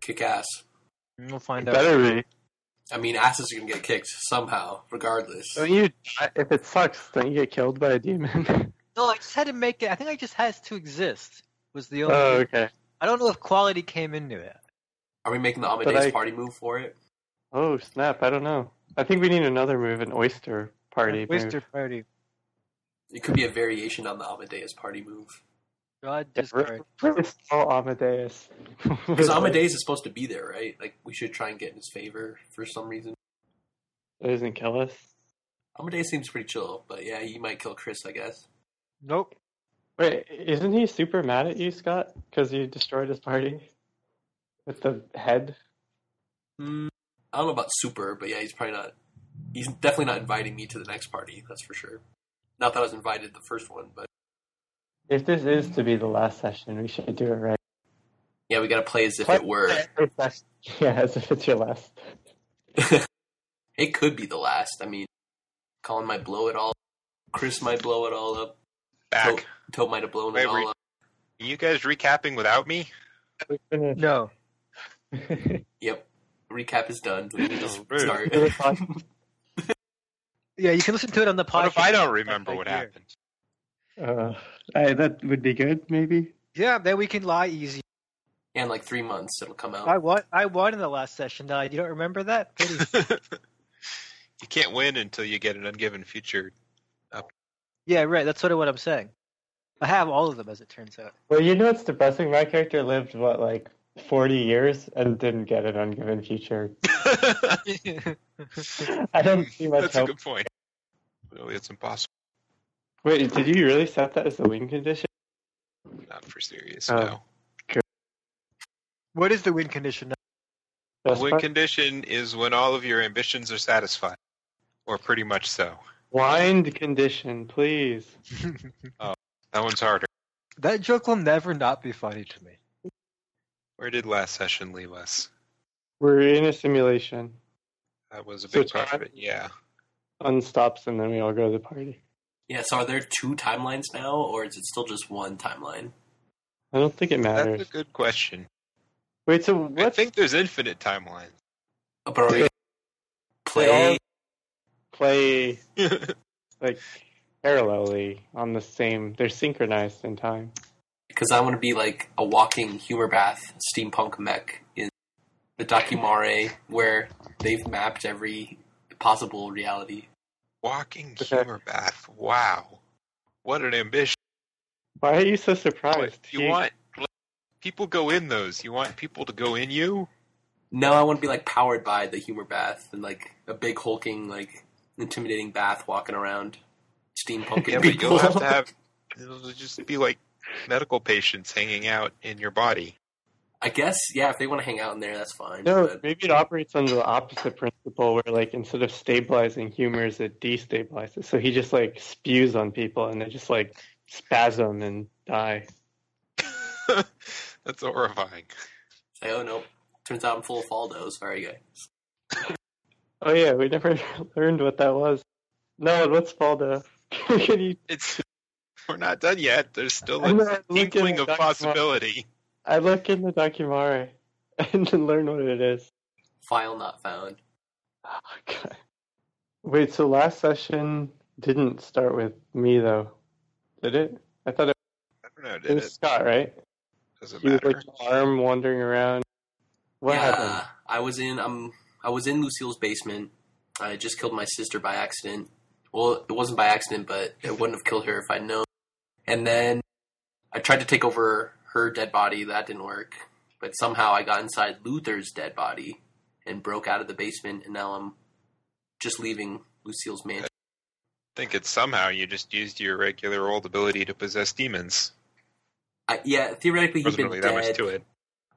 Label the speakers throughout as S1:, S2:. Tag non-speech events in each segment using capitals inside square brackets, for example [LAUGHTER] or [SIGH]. S1: kick ass.
S2: We'll find out.
S3: Better be.
S1: I mean, asses are gonna get kicked somehow, regardless.
S3: Don't you? die- If it sucks, don't you get killed by a demon? [LAUGHS]
S2: No, I just had to make it. I think I just has to exist. Was the only.
S3: oh, okay.
S2: I don't know if quality came into it.
S1: Are we making the Amadeus
S3: I-
S1: party move for it?
S3: Oh snap! I don't know. I think we need another move, an oyster party.
S2: Oyster
S3: move.
S2: party.
S1: It could be a variation on the Amadeus party move.
S2: God
S3: Yeah,
S2: discard.
S3: re- replace all Amadeus. [LAUGHS]
S1: Because Amadeus is supposed to be there, right? Like we should try and get in his favor for some reason.
S3: It doesn't kill us.
S1: Amadeus seems pretty chill, but yeah, he might kill Chris, I guess.
S2: Nope.
S3: Wait, isn't he super mad at you, Scott? Because you destroyed his party with the head.
S1: Hmm. I don't know about super, but yeah, he's probably not. He's definitely not inviting me to the next party. That's for sure. Not that I was invited the first one, but
S3: If this is to be the last session, we should do it right. [LAUGHS]
S1: yeah, we got to play as if it were.
S3: Yeah, as if it's your last.
S1: It could be the last. I mean, Colin might blow it all. Chris might blow it all up.
S4: Back.
S1: Tote might have blown it
S4: Wait,
S1: all
S4: were you-
S1: up.
S4: Are you guys recapping without me?
S3: We finished.
S2: No.
S1: Yep. Recap is done. We can
S4: [LAUGHS]
S1: just
S4: Rude.
S1: start.
S3: [LAUGHS] Really fun.
S2: Yeah, you can listen to it on the podcast.
S4: What if I don't remember what
S2: Here.
S4: happened?
S3: [LAUGHS] Uh, I, that would be good, maybe.
S2: Yeah, then we can lie easy.
S1: and like three months, it'll come out.
S2: I won. I won in the last session. Uh, you don't remember that? Pity.
S3: [LAUGHS]
S4: [LAUGHS] you can't win until you get an ungiven future. [LAUGHS]
S2: yeah, right. That's sort of what I'm saying. I have all of them, as it turns out.
S3: Well, you know what's depressing? My character lived what, like, forty years and didn't get an ungiven future.
S4: That's
S3: I don't see much
S4: a
S3: hope.
S4: good point. Really, it's impossible.
S3: Wait, did you really set that as a win condition?
S4: Not for serious.
S3: Oh.
S4: No.
S2: what is the win condition?
S4: A
S3: That's
S4: win
S3: part-
S4: condition is when all of your ambitions are satisfied, or pretty much
S2: [LAUGHS]
S4: so.
S3: Wind condition, please.
S4: Oh, That one's harder.
S2: That joke will never not be funny to me.
S4: Where did last session leave us?
S3: We're in a simulation.
S4: That was a
S3: So
S4: big part of
S3: time-
S4: it. Yeah.
S3: Unstops and then we all go to the party.
S1: Yeah, so are there two timelines now, or is it still just one timeline?
S3: I don't think it
S4: That's
S3: matters.
S4: a good question.
S3: Wait, so
S4: I
S3: what
S4: think there's infinite timelines.
S3: [LAUGHS]
S1: Uh, But are we play?
S3: play
S4: Because
S3: like parallelly on the same? They're synchronized in time.
S1: Because I want to be like a walking humor bath steampunk mech in the Dakimare, where they've mapped every possible reality.
S4: Walking
S3: Okay.
S4: humor bath. Wow. What an ambition.
S3: Why are you so surprised?
S4: You want people go in those. You want people to go in you?
S1: No, I want to be like powered by the humor bath and like a big hulking, like intimidating bath walking around steampunking
S4: Yeah, but
S1: people.
S4: you'll have to have it'll just be like medical patients hanging out in your body. [LAUGHS]
S1: I guess, yeah, if they want to hang out in there, that's fine.
S3: No,
S1: but-
S3: maybe it operates under the opposite principle where like instead of stabilizing humors it destabilizes. So he just like spews on people and they just like spasm and die.
S4: That's horrifying.
S1: say, oh no, turns out I'm full of Faldo. Sorry, guys.
S3: Oh yeah, we never [LAUGHS] learned what that was. No, what's Faldo? [LAUGHS] Can you
S4: It's we're not done yet. There's still
S3: I'm
S4: a
S3: not looking
S4: inkling
S3: at
S4: of
S3: that
S4: possibility.
S3: I look in the documentary [LAUGHS] and then learn what it is.
S1: File not found.
S3: Oh, God. Wait, so last session didn't start with me though, did it? I thought it,
S4: I don't know.
S3: it
S4: Did
S3: was
S4: it
S3: Scott, right?
S4: doesn't
S3: He was like
S4: matter.
S3: arm wandering around. What
S1: yeah,
S3: happened?
S1: I was in um I was in Lucille's basement. I just killed my sister by accident. Well, it wasn't by accident, but it wouldn't have killed her if I'd known. And then I tried to take over her dead body. That didn't work. But somehow I got inside Luther's dead body and broke out of the basement. And now I'm just leaving Lucille's mansion.
S4: I think it's somehow you just used your regular old ability to possess demons.
S1: I, yeah, theoretically he'd
S4: Wasn't
S1: been
S4: really that
S1: dead.
S4: much to it.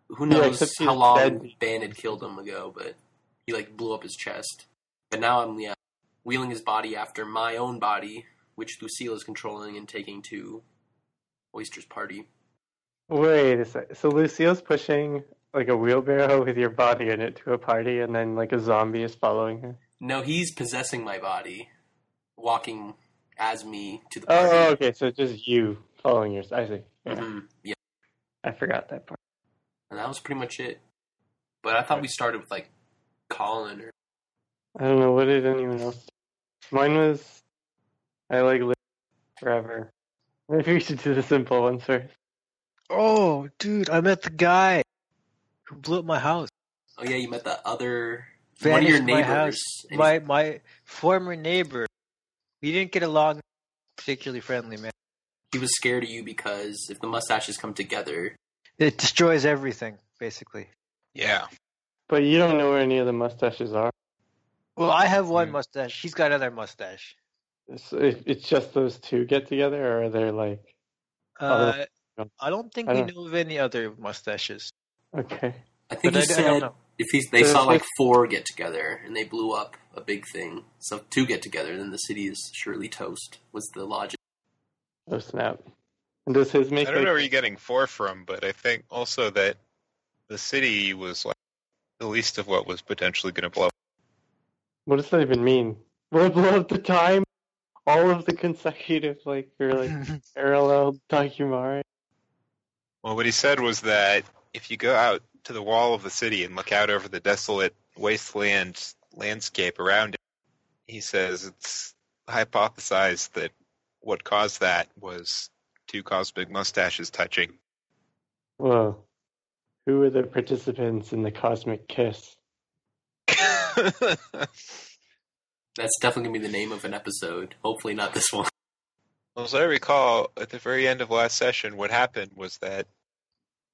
S1: who
S3: Yeah,
S1: knows
S3: except he
S1: how
S3: was
S1: long
S3: dead.
S1: Ban had killed him ago, but he like blew up his chest. But now I'm yeah, wheeling his body after my own body, which Lucille is controlling and taking to Oyster's party.
S3: Wait a sec. So Lucille's pushing like a wheelbarrow with your body in it to a party, and then like a zombie is following her.
S1: No, he's possessing my body, walking as me to the party.
S3: Oh, okay. So just you following yours. I see. Yeah,
S1: Mhm, yeah,
S3: I forgot that part.
S1: and that was pretty much it. But I thought we started with like Colin or
S3: I don't know what did anyone else. Mine was I like live forever. [LAUGHS] Maybe we should do the simple ones first.
S2: Oh, dude, I met the guy who blew up my house.
S1: oh yeah, you met the other one of your
S2: Vanished my house.
S1: neighbors. And
S2: My my former neighbor. We didn't get along particularly friendly, man.
S1: he was scared of you because if the mustaches come together,
S2: It destroys everything, basically.
S4: Yeah.
S3: But you don't know where any of the mustaches are.
S2: Well, I have one
S4: Hmm.
S1: Mm.
S2: mustache. She's got another mustache.
S3: It's, it, it's just those two get together, or are there like
S2: Uh,
S3: Oh,
S2: I don't think
S3: I
S2: we
S3: don't-
S2: know of any other mustaches.
S3: okay?
S1: I think
S2: But
S1: he
S2: I- I don't
S1: said
S2: know.
S1: if he's, they
S3: So
S1: saw
S3: it's
S1: like
S3: like-
S1: four get together and they blew up a big thing. So two get together, then the city is surely toast. Was the logic?
S3: Oh snap! And does his
S4: I
S3: make?
S4: don't know
S3: like,
S4: where you're getting four from, but I think also that the city was like the least of what was potentially going to blow. up.
S3: What does that even mean? We're blow up the time. All of the consecutive like or [LAUGHS] like parallel documentary.
S4: Well, what he said was that if you go out to the wall of the city and look out over the desolate wasteland landscape around it, he says it's hypothesized that what caused that was two cosmic mustaches touching. [LAUGHS]
S3: Whoa! Who were the participants in the cosmic kiss?
S1: That's definitely gonna be the name of an episode. Hopefully not this [LAUGHS] one.
S4: As I recall, at the very end of last session, what happened was that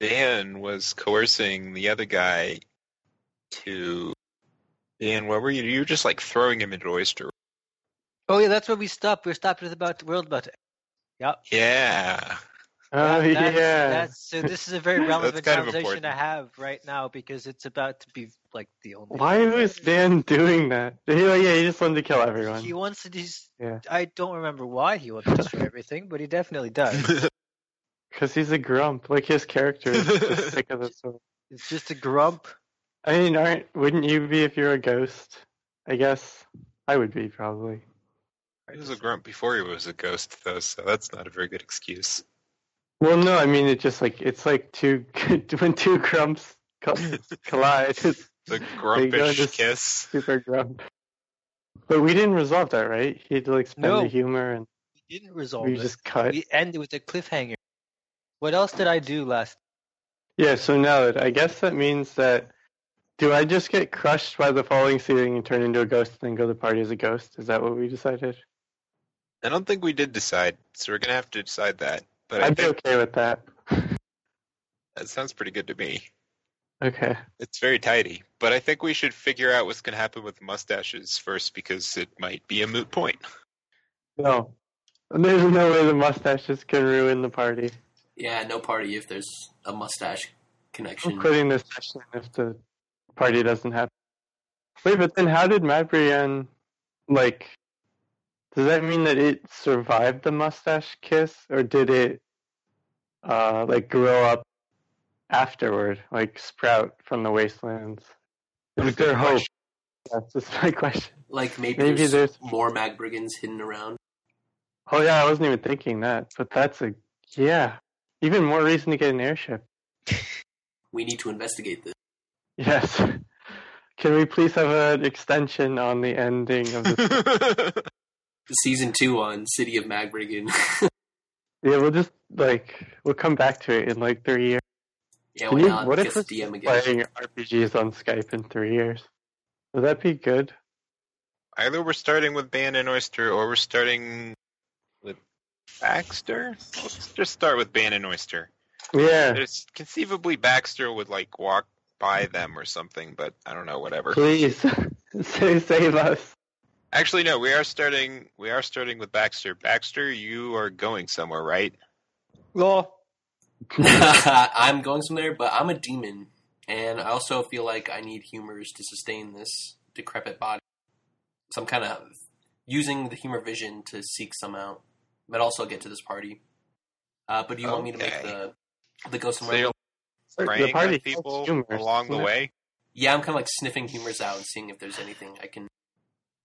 S4: Dan was coercing the other guy to. Dan, what were you? You were just like throwing him into oyster.
S2: oh yeah, that's where we stopped. We were stopped at about world about.
S4: [LAUGHS] Yeah,
S3: Oh
S2: That-
S3: yeah.
S2: that's, That's,
S3: [LAUGHS]
S2: so this is a very relevant
S4: kind of
S2: conversation to
S4: important.
S2: have right now because it's about to be like the only.
S3: Why was Dan doing that? He, like, yeah, he just wanted to kill everyone.
S2: He wants to. Dis-
S3: Yeah.
S2: I don't remember why he wants to destroy everything, but he definitely does.
S3: Because he's a grump. Like his character is [LAUGHS] just sick of this. world.
S2: It's just a grump.
S3: I mean, aren't wouldn't you be if you're a ghost? I guess I would be probably.
S4: he was a grump before he was a ghost, though, so that's not a very good excuse.
S3: Well, no, I mean it's just like it's like two [LAUGHS] when two grumps co- collide, it's [LAUGHS]
S4: The
S3: go
S4: grumpish
S3: just-
S4: kiss.
S3: super grump. But we didn't resolve that, right? He had to like spend
S2: No.
S3: the humor and
S2: We didn't resolve
S3: we
S2: it.
S3: just cut.
S2: We ended with a cliffhanger. What else did I do last?
S3: Yeah, so now that I guess that means that do I just get crushed by the falling ceiling and turn into a ghost and then go to the party as a ghost? Is that what we decided?
S4: I don't think we did decide, so we're gonna have to decide that. But I
S3: I'd be
S4: think
S3: okay with that. [LAUGHS]
S4: that sounds pretty good to me.
S3: Okay.
S4: It's very tidy, but I think we should figure out what's gonna happen with mustaches first because it might be a
S3: [LAUGHS]
S4: moot point.
S3: No. There's no way the mustaches can ruin the party.
S1: Yeah, no party if there's a mustache
S3: I'm
S1: connection.
S3: quitting this session if the party doesn't happen. Wait, but then how did Mabrian like does that mean that it survived the mustache kiss or did it uh like grow up afterward, like sprout from the wastelands? Is there hope? That's just my [LAUGHS] question.
S1: Like maybe,
S3: Maybe
S1: there's,
S3: there's-
S1: more mag brigands hidden around.
S3: Oh yeah, I wasn't even thinking that, but that's a yeah. Even more reason to get an airship. [LAUGHS]
S1: We need to investigate this.
S3: Yes. Can we please have an extension on the ending of the
S1: Season two on City of Mag Brigand.
S3: Yeah, we'll just like we'll come back to it in like three years.
S1: [LAUGHS] yeah,
S3: Can
S1: why
S3: you-
S1: not?
S3: what if
S1: Just
S3: it's
S1: DM again.
S3: Playing RPGs on Skype in three years. Would that be good?
S4: Either we're starting with Ban and Oyster, or we're starting with Baxter. Let's just start with Ban and Oyster.
S3: Yeah.
S4: There's conceivably Baxter would like walk by them or something, but I don't know. Whatever.
S3: Please. [LAUGHS] Say save us.
S4: Actually, no. We are starting. We are starting with Baxter. Baxter, you are going somewhere, right?
S2: Law.
S1: [LAUGHS] I'm going somewhere, but I'm a demon, and I also feel like I need humors to sustain this decrepit body. So I'm kind of using the humor vision to seek some out, but also get to this party. Uh, but do you want me to make
S4: Okay.
S1: the the go
S4: So
S1: somewhere?
S4: you're
S3: the
S4: praying
S3: party
S4: at people
S3: has humor,
S4: along the
S3: doesn't it?
S4: way.
S1: yeah, I'm kind of like sniffing humors out and seeing if there's anything I can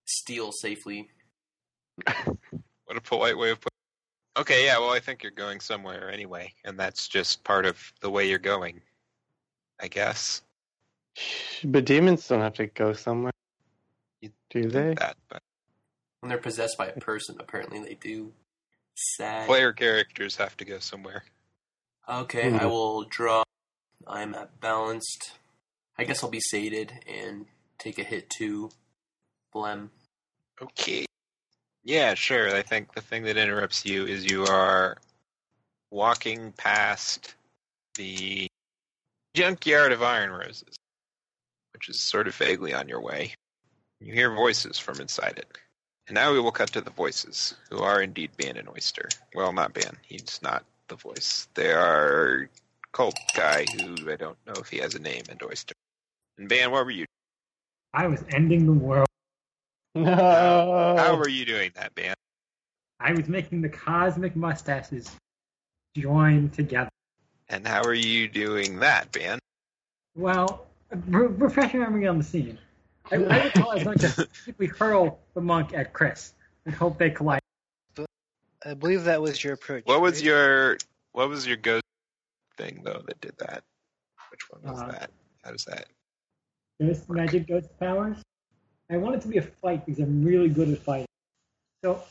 S1: steal safely.
S4: What a polite way of putting. Okay, yeah. Well, I think you're going somewhere anyway, and that's just part of the way you're going. I guess.
S3: Shh, But demons don't have to go somewhere.
S4: You-
S3: Do they?
S4: That, but
S1: When they're possessed by a person, apparently they do. Sad.
S4: player characters have to go somewhere.
S1: Okay,
S3: Hmm.
S1: I will draw. I'm at balanced. I guess I'll be sated and take a hit to Blem.
S4: Okay. Yeah, sure. I think the thing that interrupts you is you are walking past the junkyard of Iron Roses, which is sort of vaguely on your way. You hear voices from inside it. And now we will cut to the voices, who are indeed Ban and Oyster. Well, not Ban. He's not the voice. They are cult guy who I don't know if he has a name, and Oyster. And Ban, what were you?
S5: I was ending the world.
S3: No.
S4: How were you doing that, Ban?
S5: I was making the cosmic mustaches join together.
S4: And how are you doing that, Ben?
S5: Well, re- refresh your memory on the scene. I, I recall I was going to simply hurl the monk at Chris and hope they collide.
S2: I believe that was your approach.
S4: What was
S2: right?
S4: your what was your ghost thing though that did that? Which one was
S5: Uh,
S4: that? How does that?
S5: Ghost magic, ghost powers. I want it to be a fight because I'm really good at fighting. So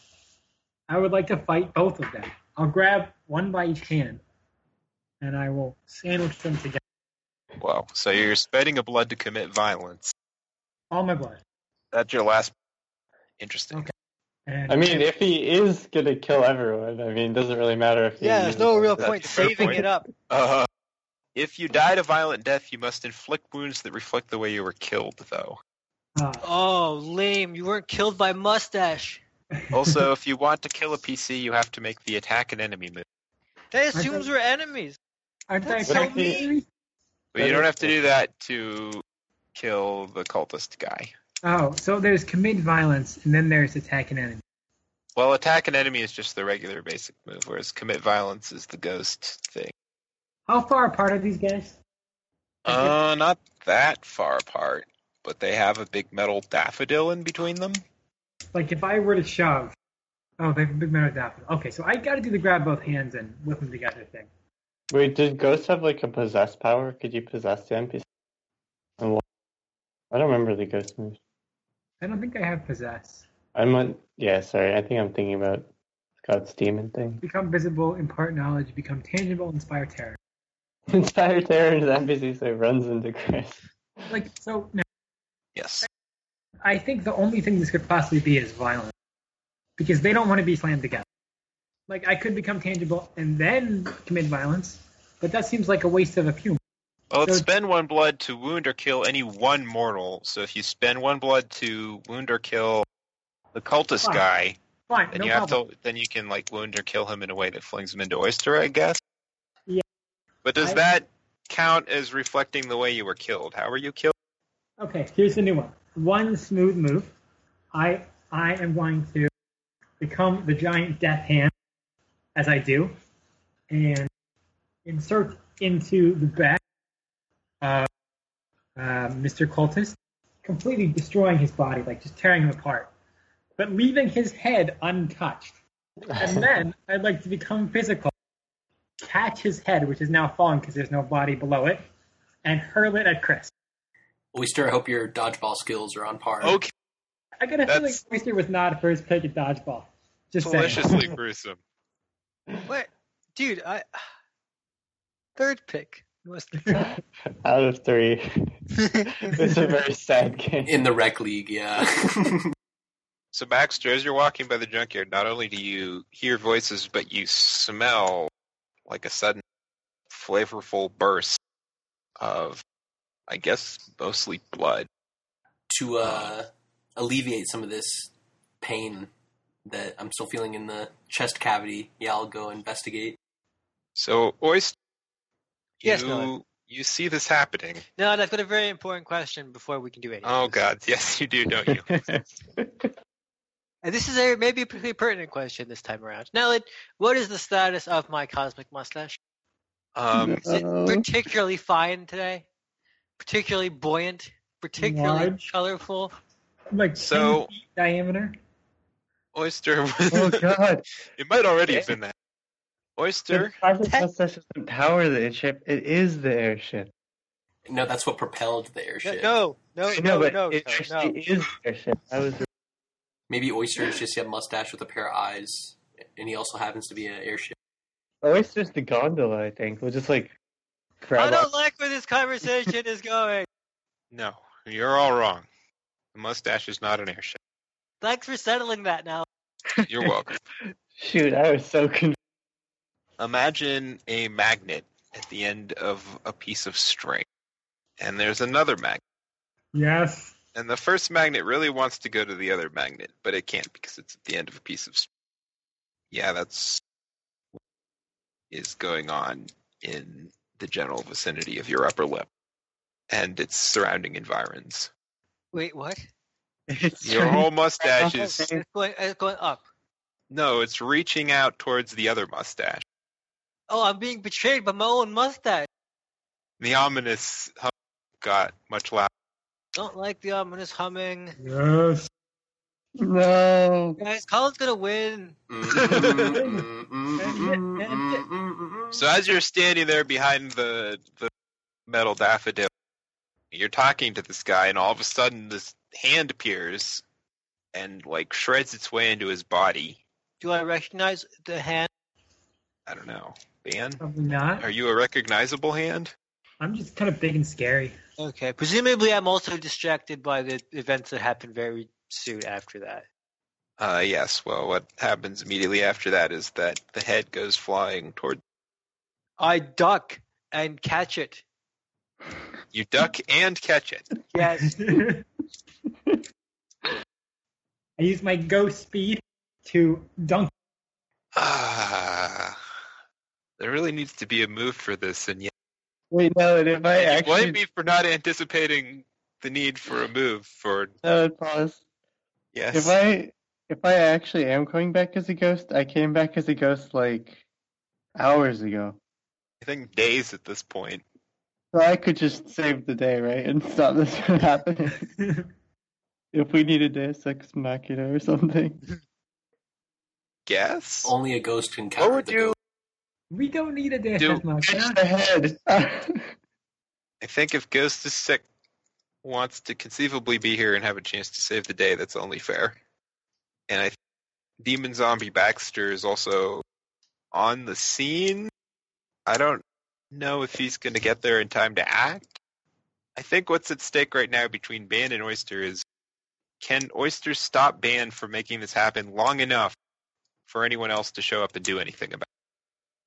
S5: I would like to fight both of them. I'll grab one by each hand, and I will sandwich them together.
S4: Well, so you're spending a blood to commit violence.
S5: All my blood.
S4: That's your last. Interesting.
S5: Okay. And
S3: I mean, if he is gonna kill everyone, I mean, it doesn't really matter if he.
S2: Yeah, there's no
S3: uses
S2: real
S3: them.
S2: point
S4: That's a fair
S2: saving
S4: point.
S2: it up.
S4: Uh, if you died a violent death, you must inflict wounds that reflect the way you were killed, though.
S5: uh,
S2: Oh, lame. You weren't killed by mustache.
S4: Also, if you want to kill a PC, you have to make the attack an enemy move.
S2: That
S5: I
S2: assumes
S5: thought-
S2: we're enemies.
S5: [LAUGHS] aren't I
S2: That's so
S5: affecting
S2: mean.
S5: injuries?
S4: But you don't have to do that to kill the cultist guy.
S5: Oh, so there's commit violence, and then there's attack an enemy.
S4: Well, attack an enemy is just the regular basic move, whereas commit violence is the ghost thing.
S5: How far apart are these guys? Mm-hmm.
S4: Uh, not that far apart, but they have a big metal daffodil in between them.
S5: Like if I were to shove. Oh, they have a big man with that. Okay, so I got to do the grab both hands and whip them together thing.
S3: Wait, did ghosts have like a possess power? Could you possess the NPC? And what? I don't remember the ghost moves.
S5: I don't think I have possess.
S3: I'm on. Yeah, sorry. I think I'm thinking about Scott's demon thing. [LAUGHS]
S5: Become visible, impart knowledge, become tangible, inspire terror.
S3: Entire terror into the NPC, so he runs into Chris. [LAUGHS]
S5: Like so, no,
S4: Yes.
S5: I think the only thing this could possibly be is violence, because they don't want to be slammed together. Like I could become tangible and then commit violence, but that seems like a waste of a few.
S4: Well, it's
S5: So-
S4: spend one blood to wound or kill any one mortal. So if you spend one blood to wound or kill the cultist
S5: Wow.
S4: guy,
S5: Fine,
S4: then
S5: no
S4: you
S5: problem.
S4: have to then you can like wound or kill him in a way that flings him into oyster, I guess.
S5: Yeah.
S4: But does
S5: I-
S4: that count as reflecting the way you were killed? How were you killed?
S5: Okay, here's the new one. One smooth move. I I am going to become the giant death hand as I do, and insert into the back of uh, Mr. Cultist, completely destroying his body, like just tearing him apart, but leaving his head untouched.
S3: [LAUGHS]
S5: And then I'd like to become physical, catch his head, which is now fallen because there's no body below it, and hurl it at Chris.
S1: Oyster, I hope your dodgeball skills are on par.
S4: Okay,
S5: I got a feeling
S4: That's-
S5: Oyster was not a first pick at dodgeball. Just saying.
S4: deliciously gruesome.
S2: What? Dude, I. [SIGHS] Third [LAUGHS] pick. Must
S3: Out of three. [LAUGHS] it's a very sad game.
S1: In the rec league, yeah. [LAUGHS]
S4: So Baxter, as you're walking by the junkyard, not only do you hear voices, but you smell like a sudden flavorful burst of I guess mostly blood.
S1: to uh, alleviate some of this pain that I'm still feeling in the chest cavity, yeah, I'll go investigate.
S4: So Oyster you
S2: Yes, Noah.
S4: you see this happening.
S2: no, that's got a very important question before we can do anything.
S4: Oh god, yes you do,
S3: [LAUGHS]
S4: don't you?
S2: And this is a maybe a pretty pertinent question this time around. Now, like, what is the status of my cosmic mustache?
S4: Um
S2: Is it
S3: Uh-oh.
S2: particularly fine today? Particularly buoyant? Particularly
S5: Large.
S2: colorful?
S5: Like 10
S4: So-
S5: feet diameter.
S4: Oyster [LAUGHS]
S2: [LAUGHS]
S3: oh god.
S4: it might already have been that.
S3: The
S4: Oyster
S3: private mustache is the power of the airship. It is the airship.
S1: No, that's what propelled the airship.
S2: No, no, no,
S3: no,
S2: no,
S3: but
S2: no,
S3: it
S2: no.
S3: actually is airship. I was
S1: Maybe Oyster is just a mustache with a pair of eyes, and he also happens to be an airship.
S3: Oyster's the gondola, I think. We'll just like
S2: I
S3: grab
S2: don't like where this conversation is going.
S4: No, you're all wrong. The mustache is not an airship.
S2: Thanks for settling that now.
S4: You're welcome.
S3: Shoot, I was so confused.
S4: Imagine a magnet at the end of a piece of string, and there's another magnet.
S5: Yes.
S4: And the first magnet really wants to go to the other magnet, but it can't because it's at the end of a piece of. string. Yeah, that's what is going on in the general vicinity of your upper lip and its surrounding environs.
S2: Wait, what? Oh,
S3: It's
S4: Your whole mustache is
S2: It's going, it's going up.
S4: no, it's reaching out towards the other mustache.
S2: Oh, I'm being betrayed by my own mustache.
S4: The ominous hum got much louder.
S2: Don't like the ominous humming.
S5: Yes.
S3: no.
S2: Guys, Colin's gonna win.
S5: [LAUGHS]
S4: So as you're standing there behind the the metal daffodil, you're talking to this guy, and all of a sudden this hand appears and like shreds its way into his body.
S2: Do I recognize the hand?
S4: I don't know, Ban.
S5: Probably not.
S4: Are you a recognizable hand?
S5: I'm just kind of big and scary.
S2: Okay. Presumably, I'm also distracted by the events that happen very soon after that.
S4: Uh, yes. Well, what happens immediately after that is that the head goes flying toward
S2: I duck and catch it.
S4: you, duck and catch it.
S5: [LAUGHS]
S2: Yes.
S5: I use my ghost speed to dunk. [LAUGHS]
S4: Ah, there really needs to be a move for this, and yet
S3: Wait, no, and if I
S4: blame
S3: actually
S4: me for not anticipating the need for a move for
S3: no, pause.
S4: yes.
S3: If I if I actually am coming back as a ghost, I came back as a ghost like hours ago.
S4: I think days at this point.
S3: So I could just save the day, right, and stop this from [LAUGHS] happening. if we need a Deus Ex Machina or something.
S4: Guess.
S3: Oh.
S1: Only a ghost can
S4: What
S1: counter
S4: would
S1: the
S4: you?
S1: ghost.
S5: we don't need a dash
S4: Do-
S5: as much.
S3: Catch the head.
S4: I think if Ghost is sick, wants to conceivably be here and have a chance to save the day, that's only fair. And I, Demon Zombie Baxter is also on the scene. I don't know if he's going to get there in time to act. I think what's at stake right now between Ban and Oyster is can Oyster stop Ban from making this happen long enough for anyone else to show up and do anything about it?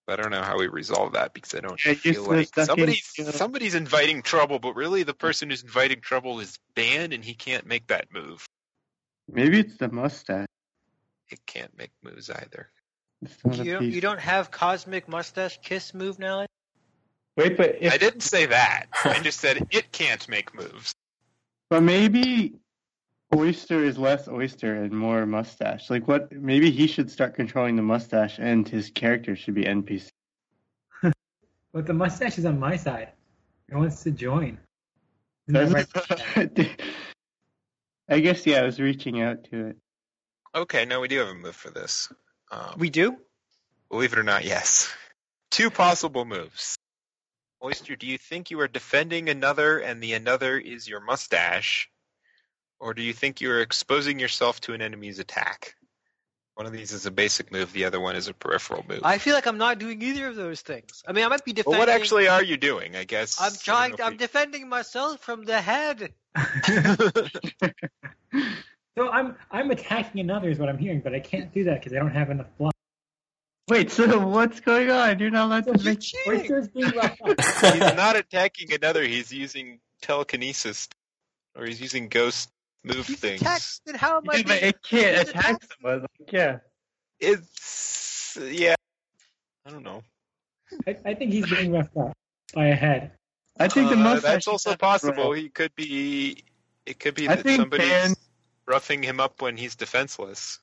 S4: But I don't know how we resolve that because I don't
S3: Yeah,
S4: feel
S3: useless
S4: like
S3: ducking
S4: somebody's,
S3: skill.
S4: somebody's inviting trouble, but really the person who's inviting trouble is Ban and he can't make that move.
S3: [LAUGHS] Maybe it's the mustache.
S4: It can't make moves either.
S3: It's not a
S2: You,
S3: piece.
S2: you don't have cosmic mustache kiss move now.
S3: Wait, but if
S4: I didn't say that.
S2: [LAUGHS]
S4: I just said it can't make moves.
S3: But maybe oyster is less oyster and more mustache. Like what? Maybe he should start controlling the mustache, and his character should be NPC.
S5: But the mustache is on my side. It wants to join. Isn't that right?
S3: [LAUGHS] I guess yeah, I was reaching out to it.
S4: Okay, no, we do have a move for this. Um,
S2: We do.
S4: Believe it or not, yes. Two possible moves. Oyster, do you think you are defending another and the another is your mustache? Or do you think you are exposing yourself to an enemy's attack? One of these is a basic move, the other one is a peripheral move.
S2: I feel like I'm not doing either of those things. I mean, I might be
S4: But
S2: defending.
S4: what actually are you doing, I guess?
S2: I'm
S4: I
S2: trying.
S4: don't know if
S2: I'm defending myself from the head.
S4: [LAUGHS]
S5: so I'm I'm attacking another is what I'm hearing, but I can't do that because I don't have enough blood.
S3: Wait, so what's going on? You're not allowed to
S2: You're
S3: make.
S2: cheating.
S5: Oysters being
S4: [LAUGHS]
S5: left out.
S4: we- He's not attacking another, he's using telekinesis. Or he's using ghost move
S2: He's
S4: things.
S2: attacked. Then how am I?
S3: Yeah, but
S2: being-
S3: it can't
S2: It's
S3: attack
S2: attacking.
S3: someone. Like, yeah,
S4: It's. Yeah. I don't know.
S5: I, I think he's being left out by a head.
S3: I think the
S4: Uh,
S3: mustache.
S4: That's also possible. He could be. It could be
S3: I
S4: that
S3: think
S4: somebody's
S3: Pan-
S4: roughing him up when he's defenseless.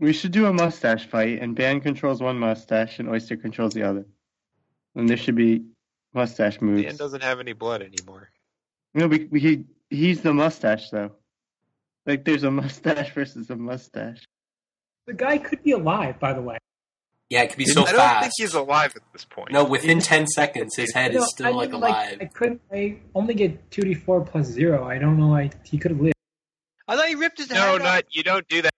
S3: We should do a mustache fight, and Ban controls one mustache, and Oyster controls the other. And there should be mustache moves.
S4: Dan doesn't have any blood anymore.
S3: No, we, we, he he's the mustache though. [LAUGHS] Like there's a mustache versus a mustache.
S5: The guy could be alive, by the way.
S1: [LAUGHS] Yeah, it could be so
S4: I don't
S1: fast.
S4: think he's alive at this point.
S1: no, within ten seconds, his head
S5: No,
S1: is still
S5: I
S1: like
S5: mean,
S1: alive.
S5: I couldn't. I only get two d four plus zero. I don't know. Like he could have lived.
S2: I thought he ripped his
S4: no,
S2: head off.
S4: not you. Don't do that.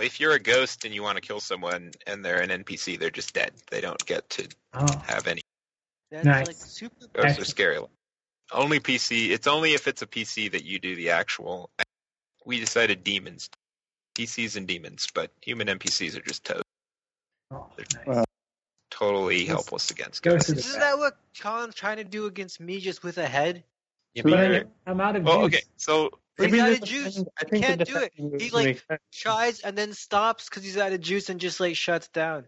S4: If you're a ghost and you want to kill someone and they're an NPC, they're just dead. They don't get to
S5: Oh,
S4: have any.
S2: That's
S5: Nice.
S2: like super.
S4: Ghosts are
S5: Excellent.
S4: scary. Only PC. It's only if it's a PC that you do the actual. We decided demons, PCs and demons, but human NPCs are just to-
S5: oh, nice.
S3: Wow.
S4: totally
S5: Yes.
S4: helpless against ghosts.
S5: Ghosts are the
S2: Isn't that what Con's trying to do against me just with a head?
S4: You
S5: But
S4: mean-
S5: I'm, I'm out of
S4: well,
S5: juice.
S4: okay, so
S2: He's out
S3: the
S2: of juice.
S3: defending- I
S2: He
S3: think the
S2: can't do it.
S3: defending
S2: He,
S3: moves
S2: like,
S3: make sense.
S2: Tries and then stops because he's out of juice and just like shuts down.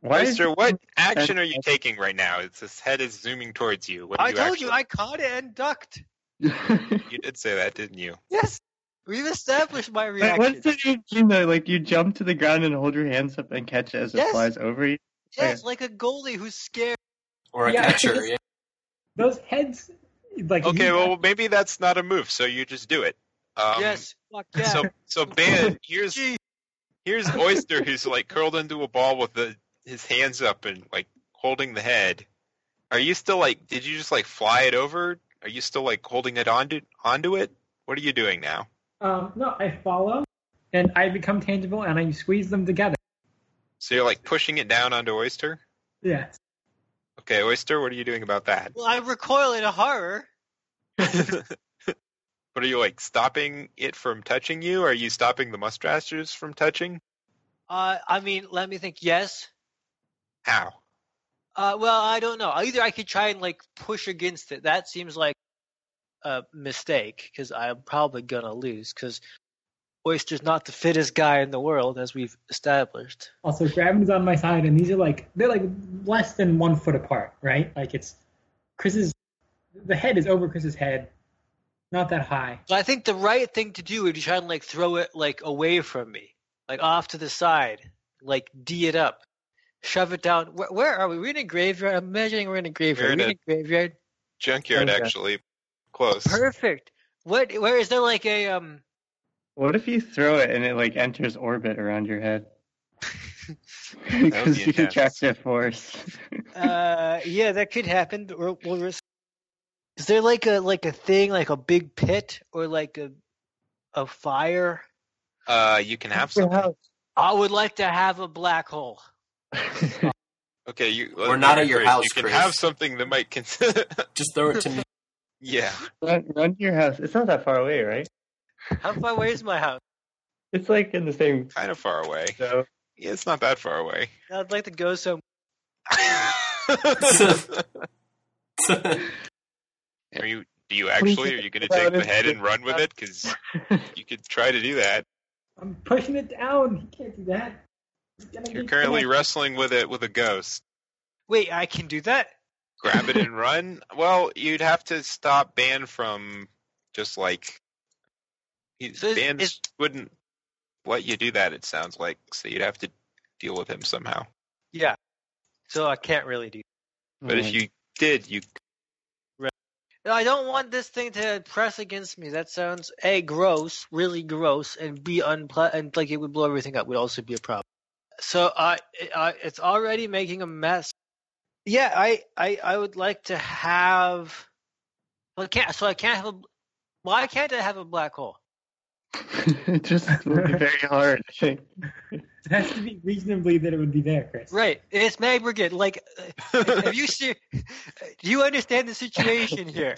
S3: Why is
S4: Oyster, what action are you taking right now? It's, his head is zooming towards you. What are
S2: I
S4: you
S2: told you
S4: actually-
S2: I caught it and ducked.
S3: [LAUGHS]
S4: You did say that, didn't you?
S2: Yes, we've established my
S3: Wait,
S2: reaction.
S3: what's the new game though? Like you jump to the ground and hold your hands up and catch it as it
S2: Yes.
S3: flies over you.
S2: Yes, like a goalie who's scared.
S1: Or a
S5: Yeah.
S1: catcher.
S5: [LAUGHS]
S1: Yeah.
S5: Those heads, like if
S4: Okay,
S5: you-
S4: well maybe that's not a move, so you just do it. Um,
S2: yes, fuck yeah.
S4: [LAUGHS] So so Ben, here's
S2: Gee.
S4: here's Oyster who's like curled into a ball with the, his hands up and like holding the head. Are you still like? Did you just like fly it over? Are you still like holding it onto onto it? What are you doing now?
S5: Um, no, I follow, and I become tangible, and I squeeze them together.
S4: So you're like pushing it down onto Oyster.
S5: Yes.
S4: Okay, Oyster, what are you doing
S1: [LAUGHS]
S4: about that?
S2: well, I recoil in horror.
S4: but are you like stopping it from touching you? Are you stopping the mustaches from touching?
S2: Uh, I mean, let me think. Yes.
S4: How?
S2: Uh, well, I don't know. Either I could try and like push against it. That seems like a mistake because I'm probably gonna lose because Oyster's not the fittest guy in the world, as we've established.
S5: Also, Gravin's on my side, and these are like they're like less than one foot apart, right? Like it's Chris's. The head is over Chris's head, not that high.
S2: So I think the right thing to do would be try and like throw it like away from me, like off to the side, like d it up, shove it down. Where, where are we? We're in a graveyard. I'm imagining we're in a graveyard.
S4: We're
S2: We're
S4: in
S2: in a graveyard.
S4: Junkyard,
S3: Okay.
S4: actually. Close.
S2: Perfect. What? Where is there like a um?
S3: What if you throw it and it like enters orbit around your head?
S4: [LAUGHS] That would be
S3: Because you can
S4: intense.
S3: track their force.
S4: [LAUGHS]
S2: Uh, [LAUGHS] yeah, that could happen. We'll, we'll risk. Is there like a like a thing like a big pit or like a a fire?
S4: Uh, you can have some.
S3: Your
S2: I would like to have a black hole.
S3: house.
S4: Okay, you.
S1: We're not at your
S4: Chris,
S1: house,
S4: You can
S1: Chris.
S4: have something that might. Con- [LAUGHS]
S1: Just throw it to me. [LAUGHS]
S4: yeah. [LAUGHS]
S3: run, run to your house. It's not that far away, right?
S2: How far away is my house?
S3: It's like in the same.
S4: kind of far away.
S3: So
S4: Yeah, it's not that far away.
S2: I'd like to go some.
S4: are you? Do you actually? Are you going to take the head and run with it? Because you could try to do that.
S5: I'm pushing it down. He can't do that. He's gonna
S4: You're
S5: get
S4: currently
S5: connected.
S4: wrestling with it with a ghost.
S2: Wait, I can do that.
S4: Grab it and run. Well, you'd have to stop Ban from just like. He,
S2: So is-
S4: Ban
S2: is-
S4: wouldn't let you do that. It sounds like so you'd have to deal with him somehow.
S2: Yeah. So I can't really do.
S4: But if you did, you [LAUGHS]
S2: No, I don't want this thing to press against me. That sounds a gross, really gross, and b unple- and like it would blow everything up. Would also be a problem. So I, I it's already making a mess. Yeah, I, I, I would like to have. Well, I can't. So I can't have a. Why can't I have a black hole?
S3: [LAUGHS] it just would be very hard. I think.
S5: It has to be reasonably that it would be there, Chris.
S2: Right. It's Mag Brigade. Like, [LAUGHS] uh, have
S3: [LAUGHS]
S2: you see? Do you understand the situation here?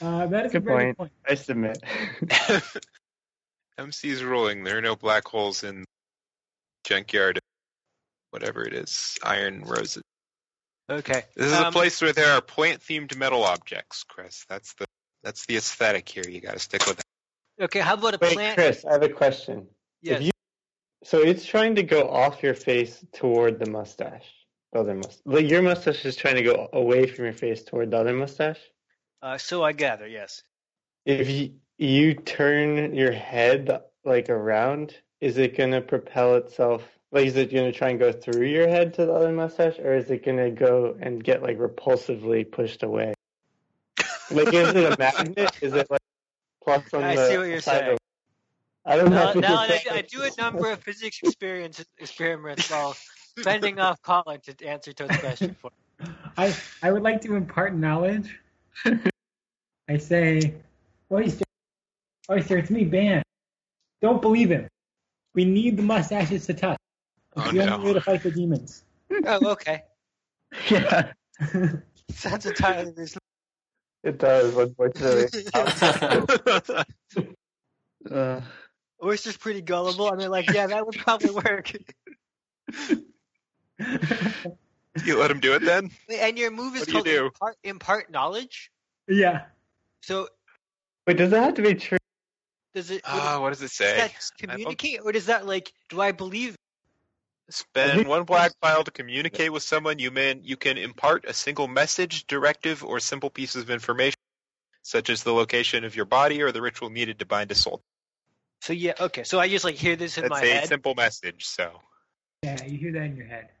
S5: Uh, that is a
S3: Good
S5: very
S3: point.
S5: good point.
S3: I submit.
S4: [LAUGHS] MC's ruling. There are no black holes in junkyard, whatever it is, iron roses.
S2: Okay.
S4: This is a
S2: Um,
S4: place where there are plant-themed metal objects, Chris. That's the that's the aesthetic here. You got to stick with that.
S2: Okay. How about a
S3: Wait,
S2: plant?
S3: Chris, I have a question.
S2: yes.
S3: you- So it's trying to go off your face toward the mustache. The other mustache. Like your mustache is trying to go away from your face toward the other mustache.
S2: Uh, so I gather. Yes.
S3: If you, you turn your head like around, is it going to propel itself? Like, is it going to try and go through your head to the other mustache, or is it going to go and get like repulsively pushed away? Like, is it a magnet? Is it like plus on
S2: I
S3: the
S2: see what you're
S3: side
S2: saying.
S3: of- I don't
S2: Now,
S3: have to
S2: now I,
S3: defend
S2: I do a number of physics experience, experiments while fending off Colin to answer Toad's question for. me.
S5: I I would like to
S3: [LAUGHS]
S5: impart knowledge. I say, "Oh, oyster, oyster, it's Oh, me, Ban. Don't believe him. We need the mustaches to touch. It's
S4: Oh,
S5: the
S4: no.
S5: only way to fight the demons.
S2: Oh, okay.
S3: [LAUGHS] Yeah,
S2: Sounds entirely reasonable.
S3: it does, unfortunately. uh,
S2: Oyster's pretty gullible. I mean, like, yeah, that would probably work.
S4: you let him do it
S2: [LAUGHS]
S4: then?
S2: And your move is
S4: What do you
S2: called
S4: do?
S2: impart, impart knowledge.
S5: yeah.
S2: So
S3: wait, does that have to be true?
S2: does it? would-
S4: Ah, what does it
S2: does
S4: say?
S2: that communicate, or does that like? Do I believe?
S4: Spend one black pile to communicate with someone. You man, you can impart a single message, directive, or simple pieces of information, such as the location of your body or the ritual needed to bind a soul.
S2: So yeah, okay. So I just like hear this in
S4: That's
S2: my
S4: a
S2: head.
S4: simple message. So
S5: Yeah, you hear that in your head.
S4: [LAUGHS]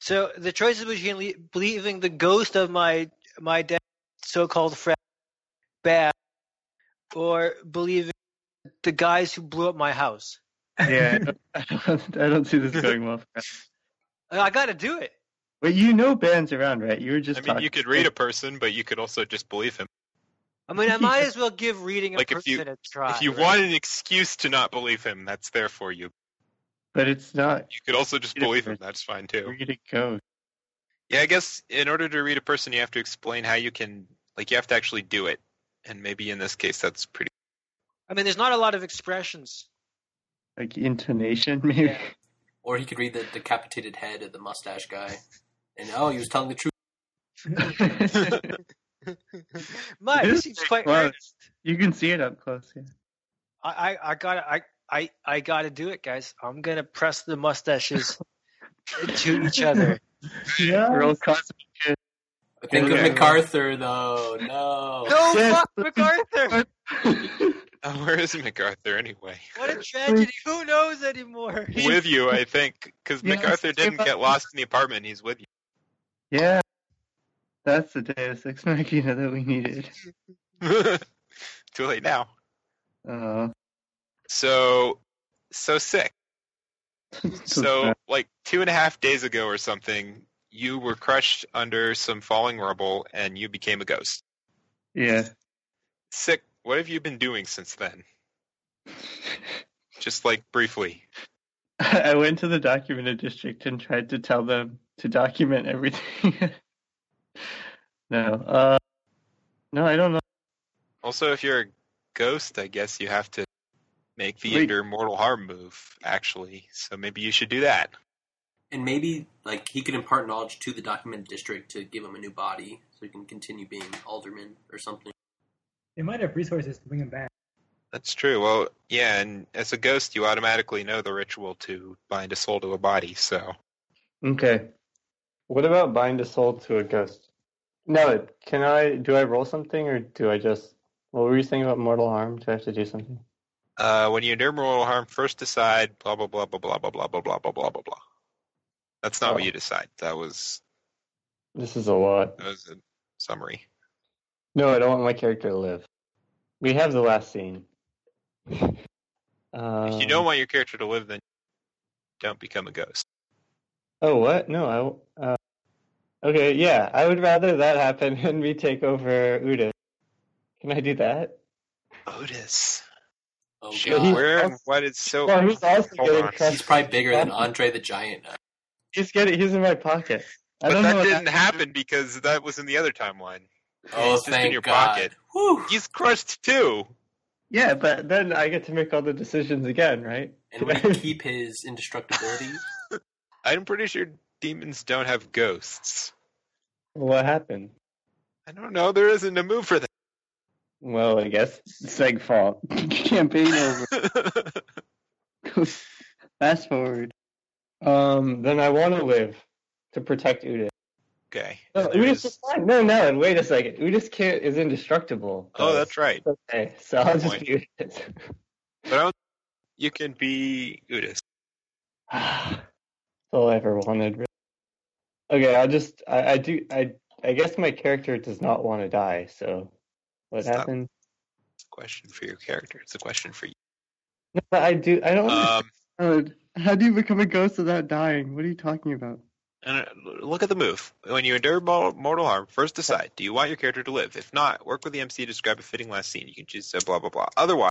S2: So the choice is between le- believing the ghost of my my dead so-called friend bad, or believing the guys who blew up my house.
S3: Yeah, I don't, [LAUGHS] I don't see this going well.
S2: Uh, I gotta do it.
S3: But you know Ban's around, right? You were just
S4: I mean,
S3: talking-
S4: you could read a person, but you could also just believe him.
S2: I mean, I
S3: [LAUGHS]
S2: might as well give reading a
S4: Like, if
S2: person
S4: you-
S2: a try.
S4: if you
S2: right?
S4: want an excuse to not believe him, that's there for you.
S3: but it's not.
S4: You could also just
S3: Read a
S4: believe him.
S3: person.
S4: That's fine too.
S3: Read a ghost.
S4: Yeah, I guess in order to read a person, you have to explain how you can, like, you have to actually do it. And maybe in this case, that's pretty. [LAUGHS]
S2: I mean, there's not a lot of expressions.
S3: Like intonation, maybe. [LAUGHS]
S2: Yeah.
S1: Or he could read the decapitated head of the mustache guy. And oh, he was telling the truth.
S2: Mike,
S3: This
S2: this
S3: is
S2: seems quite
S3: close.
S2: earnest.
S3: you can see it up close. Yeah.
S2: I, I, I gotta, I, I, I gotta do it, guys. I'm gonna press the mustaches to each [LAUGHS] other.
S3: Roll cosmic kiss.
S1: Think
S4: Okay.
S1: of MacArthur though. No.
S2: No,
S3: Yes.
S2: fuck MacArthur.
S4: Oh, where is MacArthur anyway?
S2: What
S3: [LAUGHS]
S2: a tragedy. Who knows anymore?
S4: with you, I think, because
S3: Yeah,
S4: MacArthur
S3: same
S4: didn't get
S3: up.
S4: lost in the apartment. He's with you.
S3: [LAUGHS] yeah, that's the Deus Ex Machina that we needed.
S4: [LAUGHS] Too late now.
S3: Uh,
S4: So, so sick. So, like two and a half days ago or something, you were crushed under some falling rubble and you became a ghost.
S3: yeah,
S4: Sick. What have you been doing since then? Just like briefly.
S3: [LAUGHS] I went to the documented district and tried to tell them to document everything. [LAUGHS] no, uh, no, I don't know.
S4: Also, if you're a ghost, I guess you have to make the
S3: Wait.
S4: under mortal harm move, actually. So maybe you should do that.
S1: And maybe like he could impart knowledge to the documented district to give him a new body so he can continue being alderman or something.
S5: They might have resources to bring him back.
S4: That's true. Well, yeah, and as a ghost, you automatically know the ritual to bind a soul to a body. So
S3: Okay, what about bind a soul to a ghost? No, can I? Do I roll something or do I just? What were you saying about mortal harm? Do I have to do something?
S4: uh, when you endure mortal harm, first decide blah blah blah blah blah blah blah blah blah blah blah blah blah. That's not what
S3: Oh.
S4: you decide. That was
S3: This is a lot.
S4: that was a summary.
S3: No, I don't want my character to live. We have the last scene. Um,
S4: if you don't want your character to live, then don't become a ghost.
S3: Oh, what? No, I. Uh, okay, yeah, I would rather that happen [LAUGHS] and me take over Uda. Can I do that?
S4: Otis.
S1: Oh
S4: Shit,
S1: god.
S4: where and what is so?
S3: Well, he's also
S4: Hold
S3: getting
S4: on.
S3: crushed.
S1: He's probably bigger
S4: [LAUGHS]
S1: than Andre the Giant. now.
S3: He's getting. He's in my pocket. I
S4: But
S3: don't know.
S4: that
S3: what
S4: didn't happen because that was in the other timeline.
S1: Oh,
S4: It's just in
S1: thank
S4: your
S1: god.
S4: pocket. [LAUGHS]
S1: Whew.
S4: He's crushed too.
S3: Yeah, but then I get to make all the decisions again, right?
S1: And we can keep his indestructibility.
S4: I'm pretty sure demons don't have ghosts.
S3: what happened?
S4: I don't know. There isn't a move for
S3: Well, I guess Seg's fault. [LAUGHS] Campaign over.
S4: that.
S3: Fast forward. Um, then I want to live to protect Uda.
S4: [LAUGHS] okay.
S3: No,
S4: There
S3: Udis
S4: is-
S3: is fine. No, no, and wait a second. Udis can't is indestructible.
S4: Oh, that's right.
S3: okay. So I'll just
S4: point.
S3: be Udis.
S4: But I don't... you can be Udis.
S3: that's [SIGHS] all I ever wanted. really. Okay, I'll just I, I do I I guess my character does not want to die, so what
S4: It's not-
S3: happened? [LAUGHS]
S4: It's a question for your character. It's a question for you.
S3: No, but I do. I don't.
S4: Um,
S3: understand. How do you become a ghost without dying? What are you talking about?
S4: and uh, look at the move. When you endure mor- mortal harm, first decide: do you want your character to live? If not, work with the MC to describe a fitting last scene. You can choose to blah blah blah. Otherwise,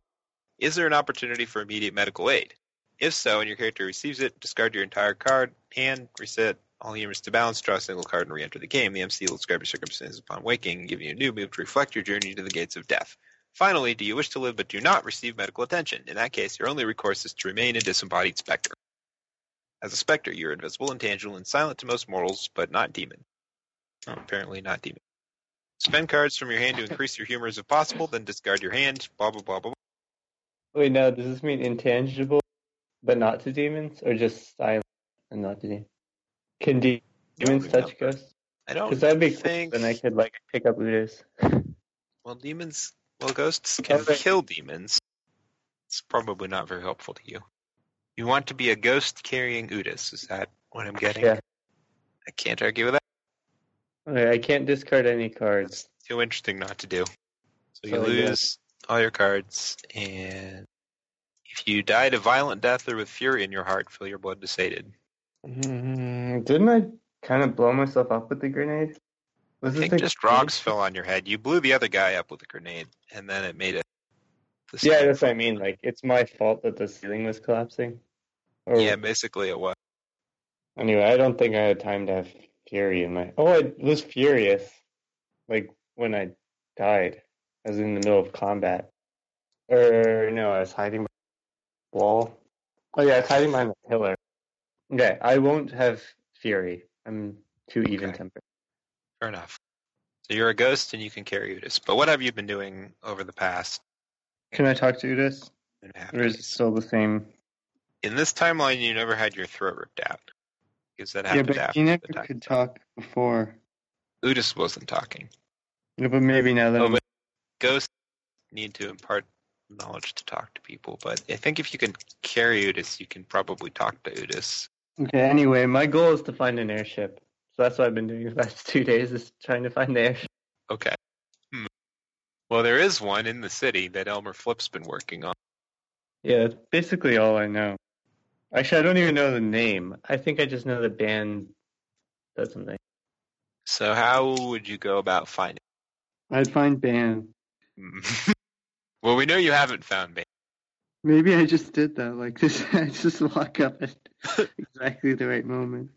S4: is there an opportunity for immediate medical aid? If so, and your character receives it, discard your entire card and reset all units to balance. Draw a single card and re-enter the game. The MC will describe your circumstances upon waking, giving you a new move to reflect your journey to the gates of death. Finally, do you wish to live but do not receive medical attention? In that case, your only recourse is to remain a disembodied specter. As a specter, you're invisible, intangible, and silent to most mortals, but not demon. Oh, apparently not demon. Spend cards from your hand to increase your humors if possible, then discard your hand, blah, blah, blah, blah.
S3: Wait, now does this mean intangible, but not to demons, or just silent and not to demons? Can de- demons touch
S4: remember.
S3: ghosts?
S4: I don't
S3: Because that'd be cool.
S4: think...
S3: Then I could like pick up Luda's.
S4: Well, demons... Well, ghosts can
S3: Okay.
S4: kill demons. It's probably not very helpful to you. You want to be a ghost carrying Udis, is that what I'm getting?
S3: Yeah.
S4: I can't argue with that.
S3: Okay, I can't discard any cards.
S4: It's too interesting not to do. So you
S3: So, yeah.
S4: lose all your cards, and if you died a violent death or with fury in your heart, feel your blood desated.
S3: Mm, didn't I kind of blow myself up with the grenade? Was
S4: I
S3: it
S4: think
S3: the
S4: just
S3: grenade?
S4: rocks fell on your head. You blew the other guy up with a grenade, and then it made it. the
S3: Yeah,
S4: ceiling
S3: that's what I
S4: fall.
S3: mean. Like, it's my fault that the ceiling was collapsing. Or
S4: Yeah, basically it was.
S3: anyway, I don't think I had time to have fury in my. Oh, I was furious, like when I died. I was in the middle of combat, or no, I was hiding behind a wall. Oh yeah, I was hiding behind a pillar. Okay, I won't have fury. I'm too even tempered.
S4: Fair enough. So you're a ghost and you can carry Udis. But what have you been doing over the past
S3: Can I talk to Udis?
S4: and a half
S3: Or is it
S4: days?
S3: still the same?
S4: In this timeline, you never had your throat ripped out. Because that happened after the time.
S3: talk before.
S4: Udis wasn't talking.
S3: Yeah, but maybe now that
S4: Oh, but ghosts need to impart knowledge to talk to people. But I think if you can carry Udis, you can probably talk to Udis.
S3: Okay, anyway, my goal is to find an airship. So that's what I've been doing [LAUGHS] the last two days is trying to find the airship.
S4: Okay. Hmm. Well, there is one in the city that Elmer Flip's been working on.
S3: Yeah, that's basically all I know. Actually, I don't even know the name. I think I just know the band does something.
S4: So how would you go about finding? [LAUGHS]
S3: I'd find band.
S4: Hmm. well, we know you haven't found me.
S3: Maybe I just did that. Like [LAUGHS] this, I just walk up
S4: [LAUGHS]
S3: at exactly the right moment.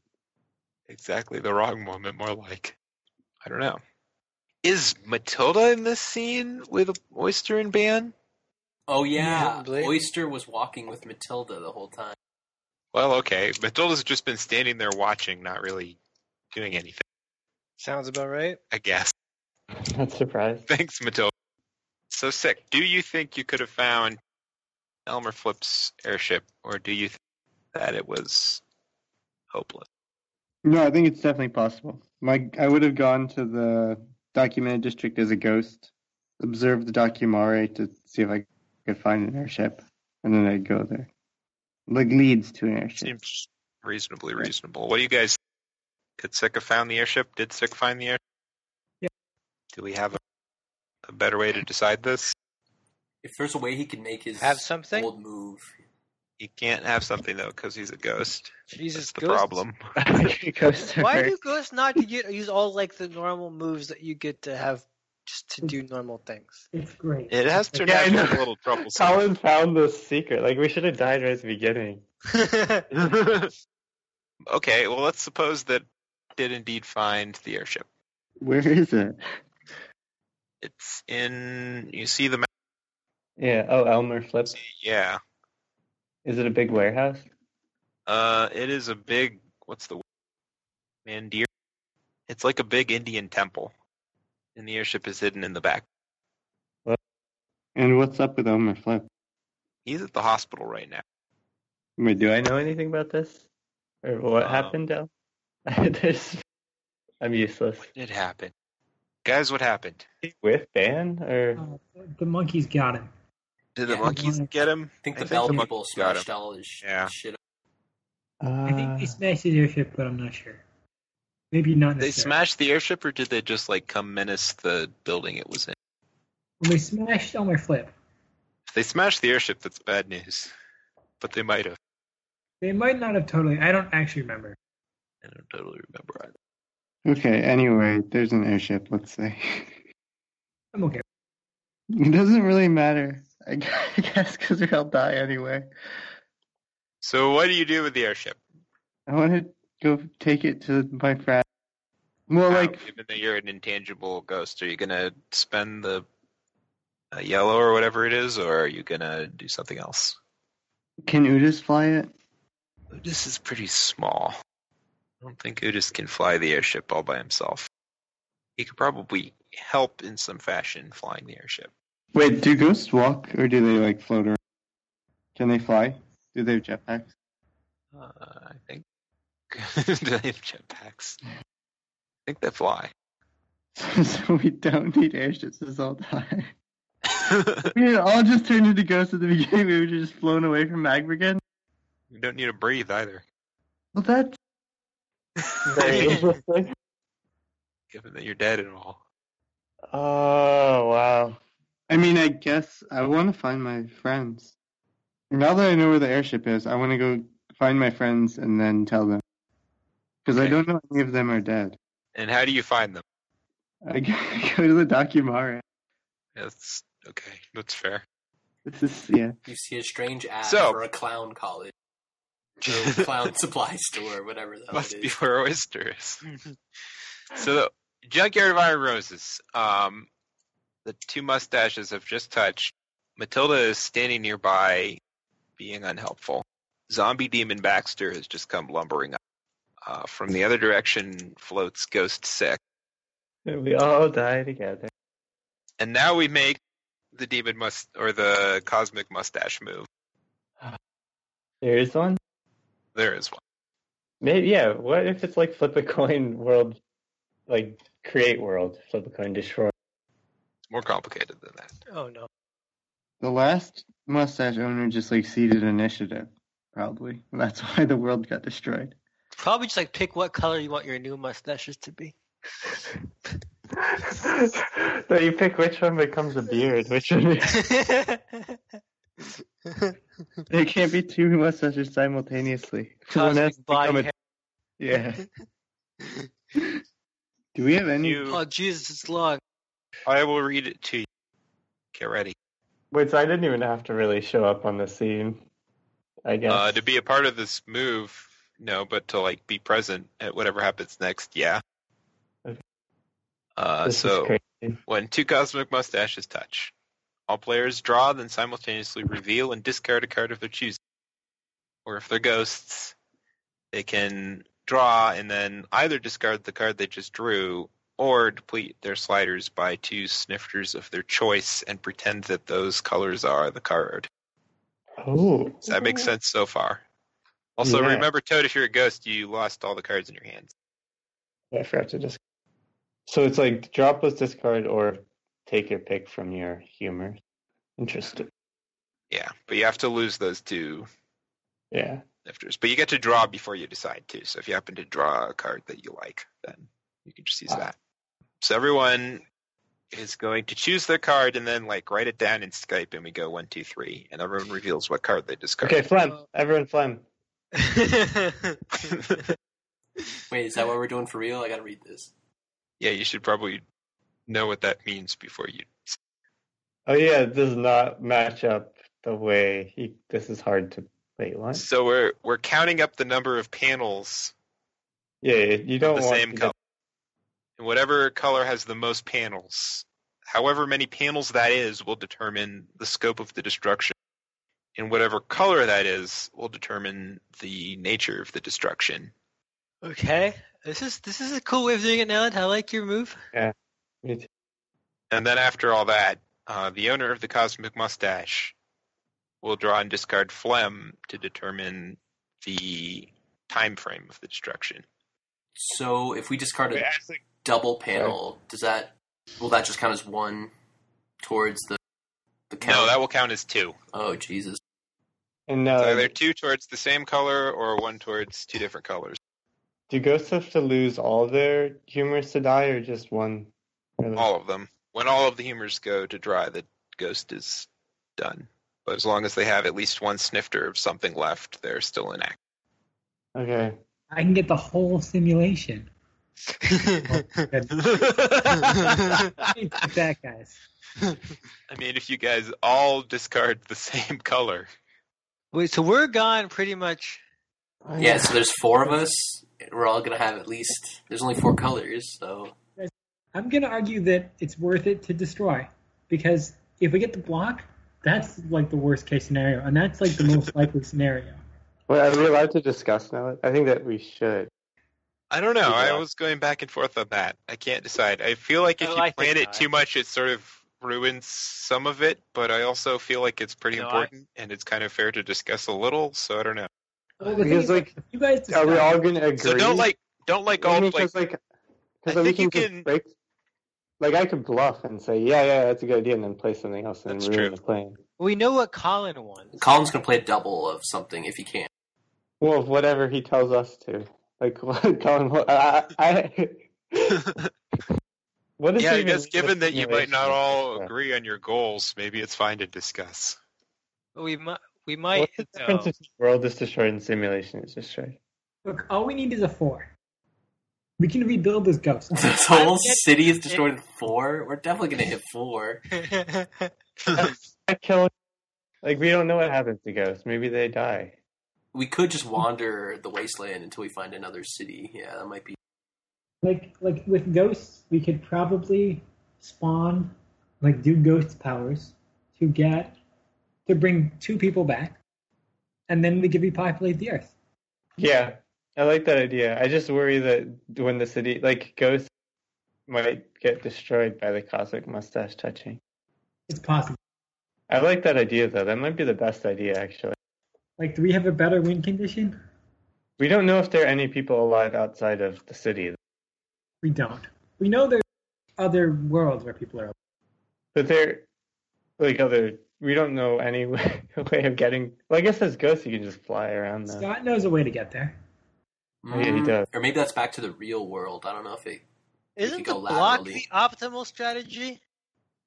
S4: Exactly the wrong moment, more like. I don't know. Is Matilda in this scene with Oyster and Ban? [LAUGHS]
S1: Oh yeah,
S2: Blade.
S1: Oyster was walking with Matilda the whole time.
S4: Well, okay. Matilda's just been standing there watching, not really doing anything,
S2: Sounds about right.
S4: I guess.
S3: Not surprised.
S4: [LAUGHS] Thanks, Matilda. So sick. Do you think you could have found Elmer Flip's airship, or do you think that it was hopeless?
S3: No, I think it's definitely possible. My, I would have gone to the documented district as a ghost, observed the documentary to see if I could find an airship, and then I'd go there. Like leads to an airship.
S4: Seems reasonably reasonable. What do you guys? think? Could Sick have found the airship? Did Sick find the airship?
S5: Yeah.
S4: Do we have a, a better way to decide this?
S1: If there's a way he could make his
S2: Have something?
S1: old move,
S4: He can't have something though because he's a ghost.
S2: Jesus,
S4: That's the
S2: ghosts.
S4: [LAUGHS] problem.
S3: Ghosts are
S2: Why
S3: very-
S2: do ghosts not to get use all like the normal moves that you get to have just to do normal
S5: [LAUGHS]
S2: things?
S5: It's great.
S4: It has turned
S3: Yeah, I
S4: out to
S3: know.
S4: be a little troublesome.
S3: Colin found the secret. Like we should have died right at the beginning.
S4: okay, well, let's suppose that did indeed find the airship.
S3: Where is it?
S4: It's in. You see the map?
S3: Yeah. Oh, Elmer flips.
S4: Yeah.
S3: Is it a big warehouse?
S4: Uh, it is a big. What's the mandir? It's like a big Indian temple, and the airship is hidden in the back.
S3: And what's up with Elmer Flip?
S4: He's at the hospital right now.
S3: Wait, do I know anything about this? Or what
S4: Um,
S3: happened, El? [LAUGHS] There's... I'm useless.
S4: What did happen, guys? What happened?
S3: With Dan or
S5: Uh, the monkeys got him.
S4: Did the
S1: Yeah.
S4: monkeys get him?
S1: I think
S4: I
S1: the
S4: think
S1: Bell
S4: the
S1: people
S4: monkey got
S1: smashed all his
S4: Yeah.
S1: shit. up.
S5: I
S3: Uh,
S5: think they smashed his airship, but I'm not sure. Maybe not
S4: They
S5: necessarily.
S4: smashed the airship, or did they just like come menace the building it was in?
S5: When they smashed Elmer Flip,
S4: If they smashed the airship, that's bad news. But they might have.
S5: They might not have totally. I don't actually remember.
S1: I don't totally remember either.
S3: Okay, anyway, there's an airship, let's say.
S5: I'm okay.
S3: [LAUGHS] It doesn't really matter, I gu- [LAUGHS] I guess, because we all die anyway.
S4: So what do you do with the airship?
S3: I want to go take it to my friend. Well,
S4: How,
S3: like,
S4: even though you're an intangible ghost, are you gonna spend the uh, yellow or whatever it is, or are you gonna do something else?
S3: can Udis fly it?
S4: Udis is pretty small. I don't think Udis can fly the airship all by himself. He could probably help in some fashion flying the airship.
S3: Wait, do ghosts walk or do they like float around? Can they fly? Do they have jetpacks? [LAUGHS]
S4: Uh, I think. [LAUGHS] Do they have jetpacks? I think they fly. [LAUGHS]
S3: so we don't need airships this whole time. [LAUGHS] We had all just turned into ghosts at the beginning. We were just flown away from Magbrigan.
S4: you don't need to breathe either.
S3: Well, that's
S4: Very [LAUGHS]
S3: interesting.
S4: Given that you're dead and all.
S3: [LAUGHS] Oh wow! I mean, I guess I want to find my friends. Now that I know where the airship is, I want to go find my friends and then tell them because I
S4: Okay.
S3: don't know any of them are dead.
S4: And how do you find them?
S6: [LAUGHS]
S3: I [LAUGHS] go to the Documara.
S4: That's okay. That's fair.
S3: This is yeah.
S1: You see a strange ad
S4: So-
S1: for a clown college,
S4: [LAUGHS]
S1: or a clown supply store, whatever the hell
S4: Must
S1: it
S4: be
S1: is.
S4: where oysters. so the junkyard of iron roses. Um, the two mustaches have just touched. Matilda is standing nearby, being unhelpful. Zombie demon Baxter has just come lumbering up. Uh, from the other direction floats Ghost Sick.
S6: We all die together.
S4: And now we make the demon must or the cosmic mustache move.
S6: There is one.
S4: There is one.
S6: Maybe yeah. What if it's like flip a coin world, like create world, flip a coin, destroy.
S4: It's more complicated than that.
S2: Oh no.
S3: The last mustache owner just like ceded initiative, probably. That's [LAUGHS] why the world got destroyed.
S2: Probably just like pick what color you want your new mustaches to be.
S6: [LAUGHS] so you pick which one becomes a beard, which one.
S3: [LAUGHS] There can't be two mustaches simultaneously. One has to
S2: Cosmic body
S3: become a-
S2: hair.
S3: [LAUGHS] Yeah. Do we have any?
S4: You,
S2: Oh Jesus, it's long.
S4: I will read it to you. Get ready.
S6: Wait, so I didn't even have to really show up on the scene. I guess.
S4: Uh, to be a part of this move, no, but to like be present at whatever happens next, yeah.
S6: Okay.
S4: Uh,
S6: This is
S4: so
S6: crazy.
S4: when two cosmic mustaches touch, all players draw, then simultaneously reveal and discard a card of their choosing. Or if they're ghosts, they can draw and then either discard the card they just drew or deplete their sliders by two snifters of their choice and pretend that those colors are the card.
S6: Oh,
S4: Does that make sense so far? Also,
S6: Yeah.
S4: remember, Toad, if you're a ghost, you lost all the cards in your hands.
S6: I forgot to discard. So it's like dropless discard or take your pick from your humor. Interesting.
S4: Yeah, but you have to lose those two
S6: Yeah.
S4: lifters. But you get to draw before you decide to. So if you happen to draw a card that you like, then you can just use
S6: Ah.
S4: that. So everyone is going to choose their card and then like write it down in Skype, and we go one, two, three, and everyone reveals what card they discard.
S6: Okay, phlegm. Everyone phlegm.
S1: Wait, is that what we're doing for real? I gotta read this.
S4: Yeah, you should probably know what that means before you.
S6: Oh yeah, it does not match up the way he. This is hard to. Wait, what?
S4: So we're we're counting up the number of panels
S6: Yeah, you don't
S4: the
S6: want
S4: same
S6: to-
S4: color. And whatever color has the most panels, however many panels that is, will determine the scope of the destruction. And whatever color that is will determine the nature of the destruction.
S2: okay. This is this is a cool way of doing it now. I like your move. [LAUGHS]
S6: Me too.
S4: And then after all that, uh, the owner of the cosmic mustache will draw and discard phlegm to determine the time frame of the destruction.
S1: So if we discard a
S6: Wait, actually,
S1: double panel, does that will that just count as one towards the the count?
S4: No, that will count as two.
S1: oh Jesus!
S6: And
S4: So
S6: uh,
S4: either two towards the same color or one towards two different colors.
S6: do ghosts have to lose all their humors to die, or just one? Really?
S4: all of them. When all of the humors go to dry, the ghost is done. But as long as they have at least one snifter of something left, they're still in act.
S3: Okay.
S5: I can get the whole simulation. Like that, guys.
S4: I mean, if you guys all discard the [LAUGHS] same color,
S2: Wait, so we're gone pretty much.
S1: Yeah, so there's four of us. We're all gonna have at least. There's only four colors, so
S5: I'm going to argue that it's worth it to destroy because if we get the block, that's like the worst case scenario, and that's like the most likely scenario.
S3: Well, are we allowed to discuss now? I think that we should.
S4: I don't know.
S3: Yeah.
S4: I was going back and forth on that. I can't decide. I feel like if
S2: Oh,
S4: you
S2: I think
S4: plan it
S2: not.
S4: too much, it sort of ruins some of it. But I also feel like it's pretty
S2: No, I-
S4: important, and it's kind of fair to discuss a little. So I don't know.
S5: Well, the thing
S3: Because,
S5: is, like,
S3: like,
S5: if you guys
S3: Are we
S5: decide-
S3: all going to agree?
S4: So don't like don't like all like
S3: because like,
S4: I
S3: cause we
S4: think you
S3: can just
S4: can-
S3: break. Like I could bluff and say, yeah, yeah, that's a good idea, and then play something else and
S4: That's
S3: ruin
S4: true.
S3: the plan.
S2: We know what Colin wants.
S1: Colin's gonna play a double of something if he
S3: [LAUGHS]
S1: can.
S3: Well, whatever he tells us to. Like, [LAUGHS] what, Colin, what, I, I,
S4: [LAUGHS]
S3: what is
S4: yeah, I
S3: even
S4: guess
S3: mean
S4: given
S3: with
S4: that you might not
S3: simulation?
S4: all agree on your goals, maybe it's fine to discuss.
S2: We might. We might.
S3: What's the
S2: though.
S3: difference between world is destroyed and simulation is destroyed?
S5: Look, all we need is a four. We can rebuild this ghost.
S1: This whole
S2: getting-
S1: city is destroyed in four. We're definitely gonna hit four.
S2: [LAUGHS]
S3: I kill. Like we don't know what happens to ghosts. Maybe they die.
S1: We could just wander the wasteland until we find another city. Yeah, that might be.
S5: Like, like with ghosts, we could probably spawn, like, do ghost powers to get to bring two people back, and then we could repopulate the earth.
S3: Yeah, I like that idea. I just worry that when the city, like ghosts, might get destroyed by the cosmic mustache touching.
S5: It's possible.
S3: I like that idea though. That might be the best idea actually.
S5: Like, do we have a better win condition?
S3: We don't know if there are any people alive outside of the city,
S5: We don't. We know there's other worlds where people are.
S3: but there, like other, we don't know any [LAUGHS] way way of getting. Well, I guess as ghosts, you can just fly around though.
S5: Scott knows a way to get there.
S3: Oh, yeah, he
S1: Mm,
S3: does.
S1: Or maybe that's back to the real world. I don't know if it.
S2: Isn't
S1: go
S2: the block
S1: laterally.
S2: the optimal strategy?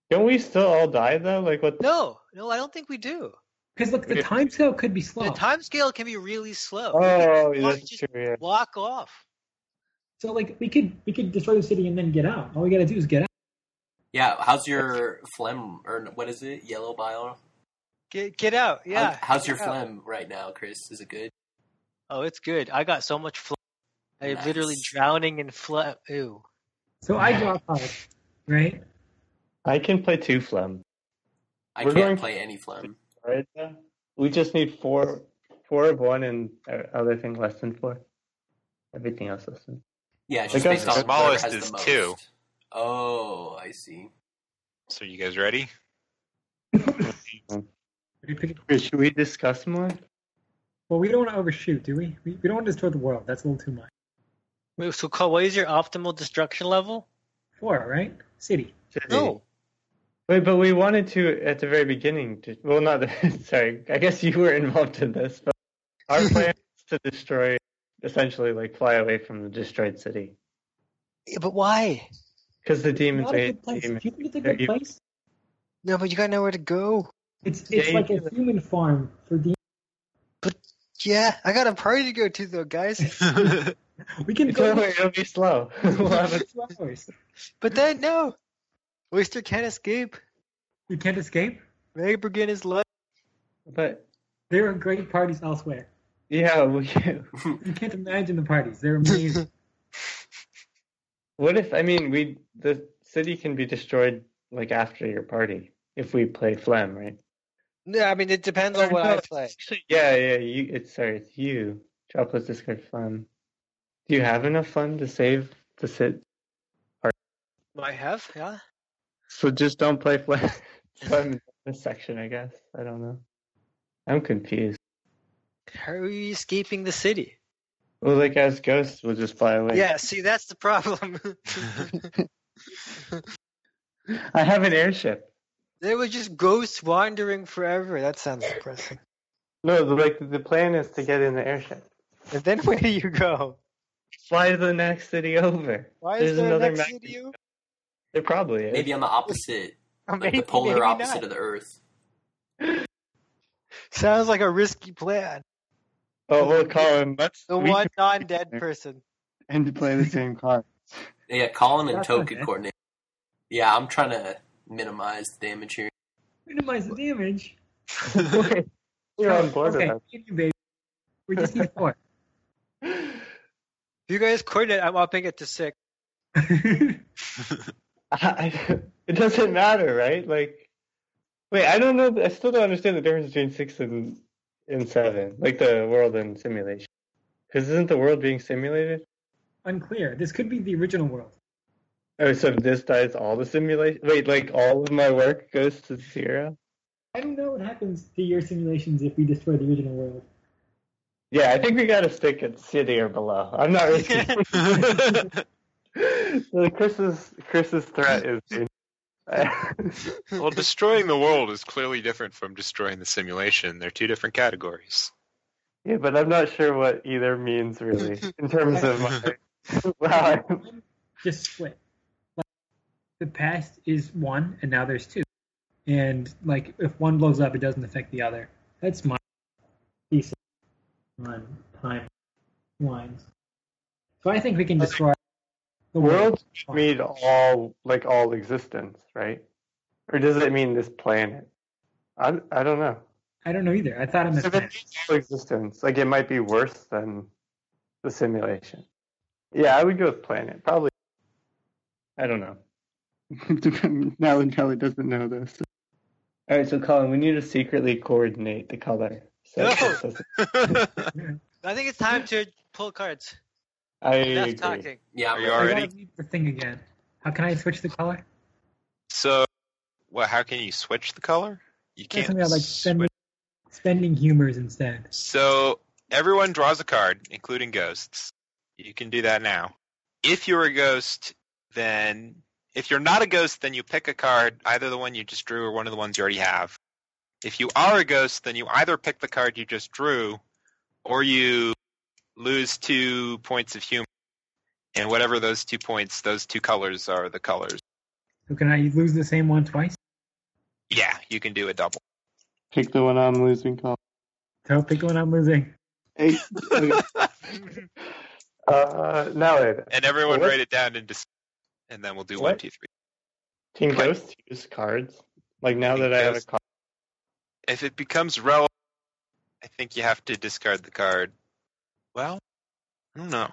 S3: Don't we still all die though? Like what?
S2: No, no, I don't think we do.
S5: Because look, the
S3: Yeah.
S5: time scale could be slow.
S2: The time scale can be really slow. We could
S3: Oh,
S2: just
S3: that's
S2: just
S3: true. Yeah.
S2: Walk off.
S5: so like, we could we could destroy the city and then get out. All we gotta do is get out.
S1: Yeah, how's your phlegm or what is it? Yellow bile.
S2: Get get out.
S1: How-
S2: Yeah.
S1: how's your
S2: get out.
S1: phlegm right now, Chris? Is it good?
S2: Oh, it's good. I got so much phlegm. I'm
S1: Nice.
S2: literally drowning in phlegm. Ew.
S5: So I drop out, right?
S3: I can play two phlegm.
S1: I
S3: We're
S1: can't
S3: going-
S1: play any phlegm.
S3: Right? though? We just need four, four of one, and uh, other thing less than four. Everything else less than.
S1: Yeah, it's
S3: I
S1: just
S3: guess
S1: based on
S3: the
S1: whoever
S4: smallest
S1: has the
S4: is
S1: most.
S4: two.
S1: Oh, I see.
S4: So you guys ready?
S5: We could-
S3: Okay, Should we discuss more?
S5: Well, we don't want to overshoot, do we? we? We don't want to destroy the world. That's a little too much.
S2: Wait, so, Cole, what is your optimal destruction level?
S5: Four, right? City.
S3: Should
S2: No.
S3: we- Wait, but we wanted to at the very beginning. To, well, not [LAUGHS] the, sorry. I guess you were involved in this, but [LAUGHS] our plan is to destroy, essentially, like fly away from the destroyed city
S2: Yeah, but why?
S3: because the demons
S5: Not a
S3: are
S5: good place.
S3: demons. [LAUGHS]
S5: If you can get a
S3: They're
S5: good
S3: evil.
S5: place,
S2: No, but you got nowhere to go.
S5: it's it's
S3: Yeah,
S5: like
S3: you
S5: a human farm for the.
S2: Yeah, I got a party to go to though,
S1: [LAUGHS]
S2: guys.
S5: [LAUGHS] We can
S3: It's all
S5: go
S3: right, It'll be slow. [LAUGHS] We'll have
S5: for
S3: a-
S5: two hours.
S2: but then no, Oyster can't escape.
S5: We can't escape.
S2: Megbergen is life.
S3: but
S5: There are great parties elsewhere.
S3: yeah, we,
S5: You can't imagine the parties. They're amazing. [LAUGHS]
S3: What if I mean we the city can be destroyed like after your party if we play phlegm, right?
S2: No, I mean it depends on what I play.
S3: Yeah, yeah. You, it's sorry, it's you. Droplets discard phlegm. Do you have enough phlegm to save the sit?
S2: Might have, yeah.
S3: So just don't play phlegm. [LAUGHS] phlegm in this section, I guess. I don't know. I'm confused.
S2: How are we escaping the city?
S3: Well, like as ghosts, we'll just fly away.
S2: Yeah, see that's the
S3: [LAUGHS]
S2: problem.
S3: I have an airship.
S2: they were just ghosts wandering forever. That sounds depressing.
S3: No, the, like the plan is to get in the airship.
S2: And then [LAUGHS] where do you go?
S3: Fly to the next city over.
S2: Why is
S3: There's
S2: there
S3: another
S2: another next
S3: map.
S2: city? you-
S3: There probably is.
S1: Maybe on the opposite,
S2: Or
S1: like the
S2: maybe-
S1: polar
S2: maybe
S1: opposite
S2: not.
S1: of the Earth.
S2: Sounds like a risky plan.
S3: Oh, we'll call him. Let's
S2: The
S3: we
S2: one
S3: can- [LAUGHS]
S2: non-dead person.
S3: and to play the [LAUGHS] same card.
S1: Yeah, Colin and
S5: That's
S1: Toad
S5: okay.
S1: could coordinate. Yeah, I'm trying to minimize the damage here.
S5: Minimize the damage.
S3: okay, you're on board
S5: okay,
S3: with
S5: thank you, baby. We just need four. [LAUGHS]
S3: that.
S2: If you guys coordinate, I'm upping it to
S3: [LAUGHS]
S2: six.
S3: I, [LAUGHS] it doesn't matter, right? Like, wait, I don't know. I still don't understand the difference between six and and seven, like the world and simulation. Because isn't the world being simulated?
S5: Unclear. This could be the original world.
S3: Oh, so this dies all the simulation. Wait, like all of my work goes to zero?
S5: I don't know what happens to your simulations if we destroy the original world.
S3: Yeah, I think we gotta stick at city or below. I'm not [LAUGHS] risking.
S7: So Chris's Chris's threat is
S4: [LAUGHS]
S3: [LAUGHS]
S4: well, destroying the world is clearly different from destroying the simulation. They're two different categories.
S7: yeah, but I'm not sure what either means
S2: [LAUGHS]
S7: really in terms of [LAUGHS] my. wow, I-
S5: Just split. Like, the past is one, and now there's two. And like, if one blows up, it doesn't affect the other. That's my thesis on timelines. So I think we can destroy the
S7: worlds mean all like all existence, right? Or does it mean this planet? I, I don't know.
S5: I don't know either. I thought I
S7: So if
S5: missed
S7: it means all existence, like it might be worse than the simulation. Yeah, I would go with planet probably.
S3: I
S8: [LAUGHS]
S3: don't know.
S8: Alan probably doesn't know this.
S3: All right, so Colin, we need to secretly coordinate the color. So
S2: No.
S3: so- so-
S2: I think it's time to pull cards.
S3: [LAUGHS] I
S2: Enough
S3: agree.
S2: talking.
S1: Yeah,
S4: Are
S1: I'm
S4: you
S1: ready.
S5: I
S4: already?
S5: gotta read the thing again. How can I switch the color?
S4: So, well, how can you switch the color? You
S5: That's
S4: can't.
S5: something I like spending, spending humors instead.
S4: So everyone draws a card, including ghosts. You can do that now. If you're a ghost, then if you're not a ghost, then you pick a card, either the one you just drew or one of the ones you already have. If you are a ghost, then you either pick the card you just drew, or you lose two points of humor. And whatever those two points, those two colors are the colors.
S5: So can I lose the same one twice?
S4: Yeah, you can do a double.
S8: Pick the one I'm losing call.
S5: So pick one I'm losing.
S3: [LAUGHS]
S8: Eight. okay.
S4: and
S7: Uh, now it.
S4: everyone
S3: What?
S4: write it down and, dis- and then we'll do one,
S3: What?
S4: two, three.
S3: Team Ghost use cards. Like now
S4: Team
S3: that I have a
S4: Ghost.
S3: card,
S4: if it becomes relevant, I think you have to discard the card. Well, I don't know.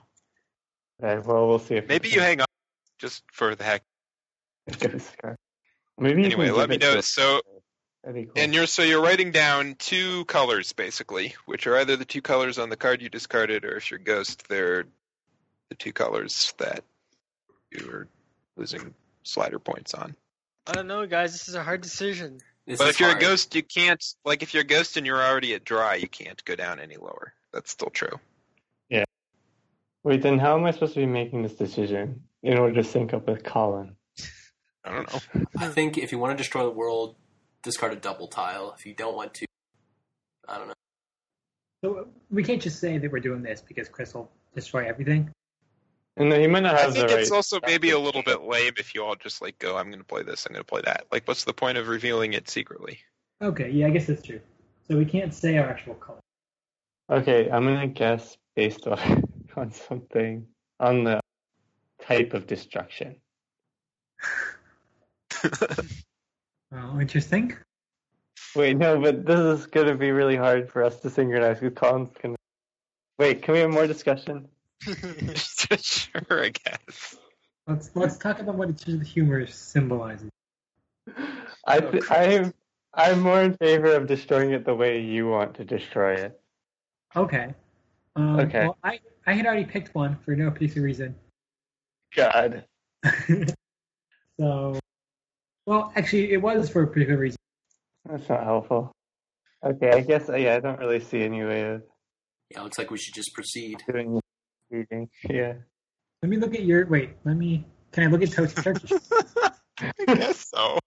S3: okay, well, we'll see if
S4: Maybe you hang on just for the heck.
S3: have [LAUGHS] ghost card.
S7: Maybe you
S4: Anyway,
S7: can
S4: let
S7: give
S4: me
S7: it to
S4: know. So,
S3: That'd be cool.
S4: and you're so you're writing down two colors basically, which are either the two colors on the card you discarded, or if you're ghost, they're the two colors that you're losing slider points on.
S2: I don't know, guys. This is a hard decision.
S1: This
S4: but
S1: is
S4: if you're
S1: hard.
S4: a ghost, you can't. Like if you're a ghost and you're already at dry, you can't go down any lower. That's still true.
S3: Wait, then how am I supposed to be making this decision in order to sync up with Colin?
S4: I don't know.
S1: I think if you want to destroy the world, discard a double tile. If you don't want to, I don't know.
S5: So we can't just say that we're doing this because Chris will destroy everything.
S3: And then he might not
S4: I
S3: have
S4: think
S3: the
S4: it's
S3: right.
S4: also maybe a little bit lame if you all just like go, I'm going to play this, I'm going to play that. Like, what's the point of revealing it [LAUGHS] secretly?
S5: Okay, yeah, I guess that's true. So we can't say our actual color.
S3: Okay, I'm gonna guess based on [LAUGHS] on something on the type of destruction.
S5: Oh, interesting.
S3: Wait, no, but this is gonna be really hard for us to synchronize because Colin's gonna. Wait, can we have more discussion?
S4: sure, I guess.
S5: Let's let's talk about what each of the humor symbolizes.
S3: I th- I'm I'm more in favor of destroying it the way you want to destroy it.
S5: Okay. Um,
S3: Okay.
S5: Well, I I had already picked one for no piece of reason. [LAUGHS]
S3: God.
S5: so, well, actually, it was for a pretty good reason.
S3: That's not helpful. Okay, I guess uh, yeah, I don't really see any way of
S1: Yeah, looks like we should just proceed.
S3: doing eating. Yeah.
S5: Let me look at your wait. Let me. Can I look at Toad's Turkish? [LAUGHS]
S4: I guess so.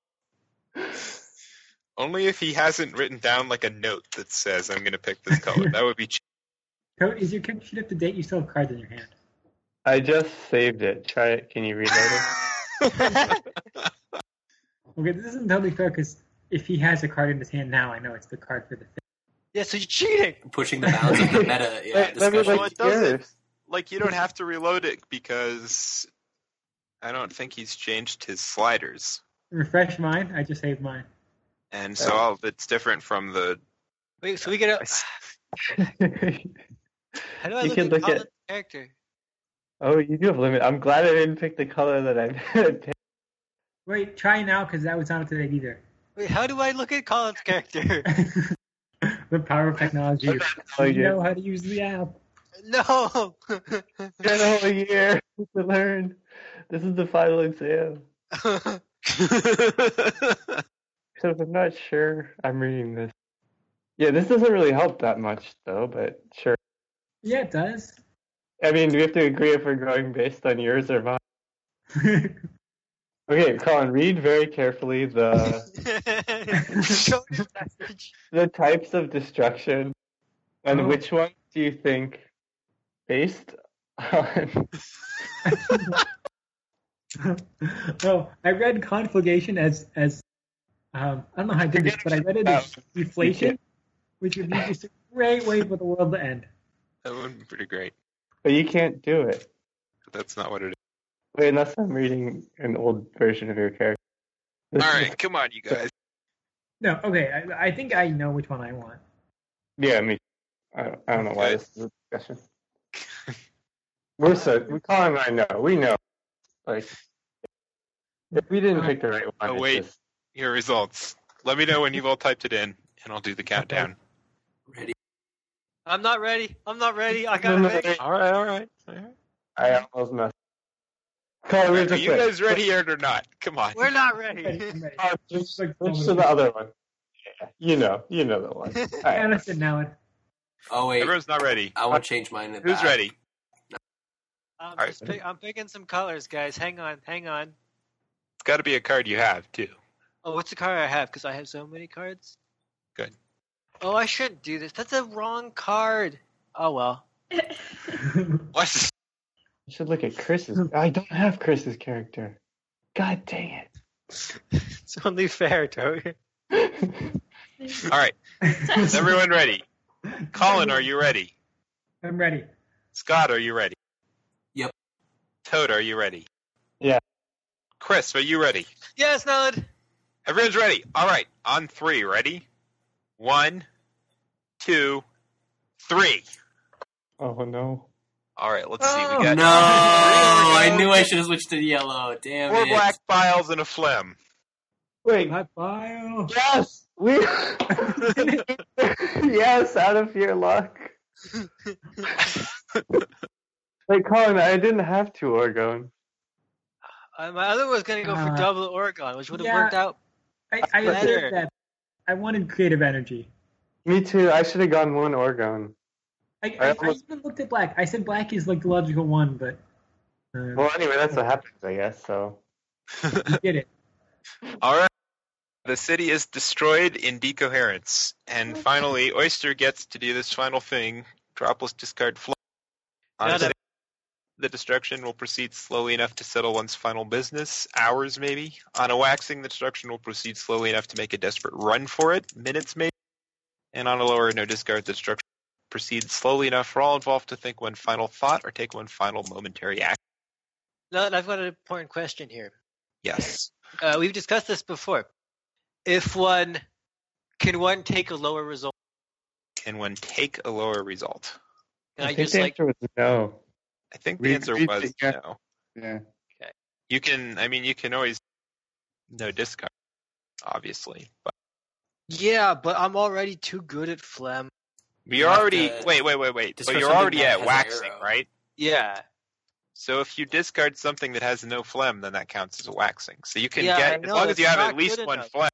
S4: Only if he hasn't written down like a note that says, I'm going to pick this color. That would be cheap.
S5: Toad, is your character sheet up to date? You still have cards in your hand.
S3: I just saved it. Try it. Can you reload [LAUGHS] it?
S5: Okay, this isn't totally fair because if he has a card in his hand now, I know it's the card for the thing.
S2: Yeah, so you're cheating.
S1: Pushing the bounds of the meta yeah,
S3: Like, let me,
S1: discussion.
S4: Well,
S3: like,
S4: it doesn't.
S3: guess.
S4: Like you don't have to reload it because I don't think he's changed his sliders,
S5: Refresh mine. I just saved mine.
S4: and so all it's different from the.
S2: Wait, so we get a. How do I
S3: You
S2: look
S3: can
S2: at,
S3: look
S2: all
S3: at-
S2: the character?
S3: [LAUGHS] oh, you do have limit. I'm glad I didn't pick the color that I [LAUGHS]
S5: Wait, try now because that was not up to date either. [LAUGHS]
S2: Wait, how do I look at Colin's character? [LAUGHS]
S5: the power of technology.
S3: like
S5: you
S3: it.
S5: know how to use the app.
S2: no. [LAUGHS]
S3: spent a whole year [LAUGHS] to learn. This is the final exam. So if I'm not sure, I'm reading this. Yeah, this doesn't really help that much though, but sure.
S5: Yeah, it does. [LAUGHS]
S3: I mean, we have to agree if we're going based on yours or mine. Okay, Colin, read very carefully
S4: [LAUGHS]
S3: the
S2: Show me the message.
S3: the types of destruction and
S5: Oh.
S3: which ones do you think based on [LAUGHS]
S5: oh, I read conflagration as as um, I don't know how I did this, but I read it as deflation, which would be just a great way for the world to end.
S4: that would be pretty great.
S3: but you can't do it.
S4: But that's not what it is.
S3: Wait, unless I'm reading an old version of your character. This
S4: All
S3: is-
S4: right, come on, you guys.
S5: No, okay, I, I think I know which one I want.
S3: Yeah, me. I don't, I don't know why this is a discussion. [LAUGHS] We're so we Colin and I know we know. Like, if we didn't pick the right one,
S4: Oh,
S3: it's
S4: wait.
S3: just-
S4: Your results. Let me know when you've all typed it in, and I'll do the countdown.
S1: Ready?
S2: I'm not ready. I'm not ready. I gotta
S3: No, no,
S2: make.
S3: wait,
S4: All right, all right. All right.
S3: I almost messed. Colin, we're
S4: Are
S3: just
S4: you
S3: wait.
S4: guys ready yet or not? Come on.
S2: We're not
S5: Ready,
S2: ready.
S3: [LAUGHS]
S5: I'm ready.
S3: Oh, switch
S5: Like,
S3: switch to the other one. Yeah, you know, you know the
S4: [LAUGHS]
S3: one. All right.
S5: Aniston now. it-
S1: Oh wait,
S4: Everyone's not ready.
S1: I will change mine. at
S4: Who's
S1: that.
S4: ready?
S2: [LAUGHS] I'm,
S4: All
S2: just pick, I'm picking some colors, guys. Hang on, hang on.
S4: It's got to be a card you have too.
S2: Oh, what's the card I have? Because I have so many cards.
S4: Good.
S2: Oh, I shouldn't do this. That's a wrong card. Oh well. [LAUGHS]
S4: What?
S3: You should look at Chris's. I don't have Chris's character. God dang
S2: It's only fair, Toby.
S3: it!
S4: All right. Is everyone ready? Colin, are you ready?
S5: [LAUGHS] I'm ready.
S4: Scott, are you ready?
S1: Yep.
S4: Toad, are you ready?
S3: Yeah.
S4: Chris, are you ready?
S2: Yes, Nod.
S4: Everyone's ready. All right. On three, ready? One, two, three.
S3: oh no!
S4: All right. Let's see. [LAUGHS]
S2: Oh,
S4: We got
S1: No, I knew I should have switched to yellow. Damn
S4: four
S1: it!
S4: black files and a phlegm.
S3: Wait,
S5: My bio.
S3: yes, we. [LAUGHS] yes, out of your luck. Wait, Colin, I didn't have two Oregon.
S2: Uh, my other was gonna go for
S5: Uh,
S2: double Oregon, which would have
S5: yeah.
S2: worked out.
S5: I, I
S2: Better.
S5: observed that. I wanted creative energy.
S3: Me too. I should have gone one Oregon.
S5: I, I,
S3: I
S5: I,
S3: almost-
S5: even looked at black. I said black is like the logical one, but uh,
S3: [LAUGHS] Well, anyway, that's what happens, I guess. So
S5: you did it.
S4: All right. The city is destroyed in decoherence. And finally, Oyster gets to do this final thing dropless discard flow. On
S2: Got it.
S4: city, the destruction will proceed slowly enough to settle one's final business, hours maybe. On a waxing, the destruction will proceed slowly enough to make a desperate run for it, minutes maybe. And on a lower, no discard, the destruction proceeds slowly enough for all involved to think one final thought or take one final momentary act.
S2: Nod, I've got an important question here.
S4: Yes.
S2: Uh, we've discussed this before. If one can one take a lower result,
S4: Can one take a lower result?
S2: and I,
S3: think
S2: just
S3: the
S2: like
S3: answer was no.
S4: I think
S9: We-
S4: the answer
S9: we
S4: was
S9: think, uh,
S4: no.
S9: Yeah.
S4: You can, I mean, you can always no discard, obviously. But
S2: yeah, but I'm already too good at phlegm.
S4: we
S1: You
S4: are
S1: have
S4: already
S1: to
S4: wait, wait, wait, wait. So
S1: discard
S4: you're
S1: something
S4: already
S1: that
S4: at
S1: has an
S4: waxing,
S1: arrow.
S4: right?
S2: Yeah,
S4: So if you discard something that has no phlegm, then that counts as a waxing. So you can
S2: Yeah, I
S4: get as
S2: know,
S4: long as
S2: that's
S4: you have
S2: not
S4: at least
S2: good
S4: one
S2: enough.
S4: phlegm,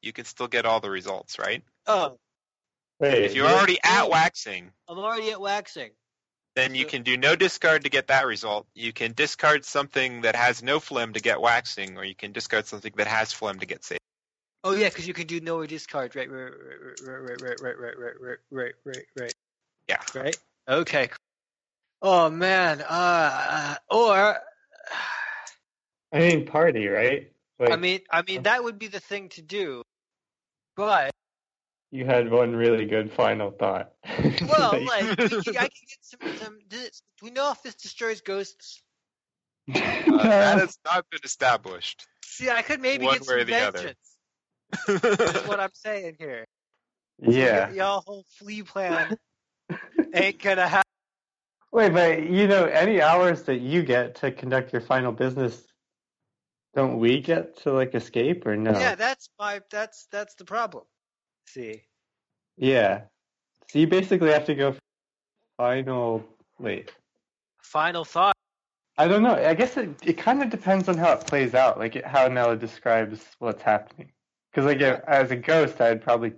S4: you can still get all the results, right?
S2: Oh,
S3: Wait,
S4: If you're
S3: you-
S4: already
S2: Yeah.
S4: at waxing,
S2: I'm already at waxing.
S4: then you
S2: So-
S4: can do no discard to get that result. You can discard something that has no phlegm to get waxing, or you can discard something that has phlegm to get saved.
S2: Oh yeah, because you can do no discard. Right, right, right, right, right, right, right, right, right, right, right, right.
S4: Yeah.
S2: Right. Okay. Oh man. Uh, or
S3: I mean, party, right? Like,
S2: I mean, I mean that would be the thing to do, but
S3: you had one really good final thought. [LAUGHS]
S2: Well, like, we, we- I can get some. some this, do we know if this destroys ghosts?
S3: [LAUGHS]
S4: Uh, that has not been established.
S2: See, I could maybe
S4: One
S2: get
S4: way or
S2: some
S4: the other.
S2: vengeance. [LAUGHS] That's what I'm saying here.
S3: yeah.
S2: Y'all whole flea plan ain't gonna happen.
S3: Wait, but you know, any hours that you get to conduct your final business, don't we get to like escape or no?
S2: Yeah, that's my that's that's the problem. See,
S3: Yeah. So you basically have to go for final. Wait,
S2: final thought.
S3: I don't know. I guess it it kind of depends on how it plays out, like it- how Nella describes what's happening. Because like if- as a ghost, I'd probably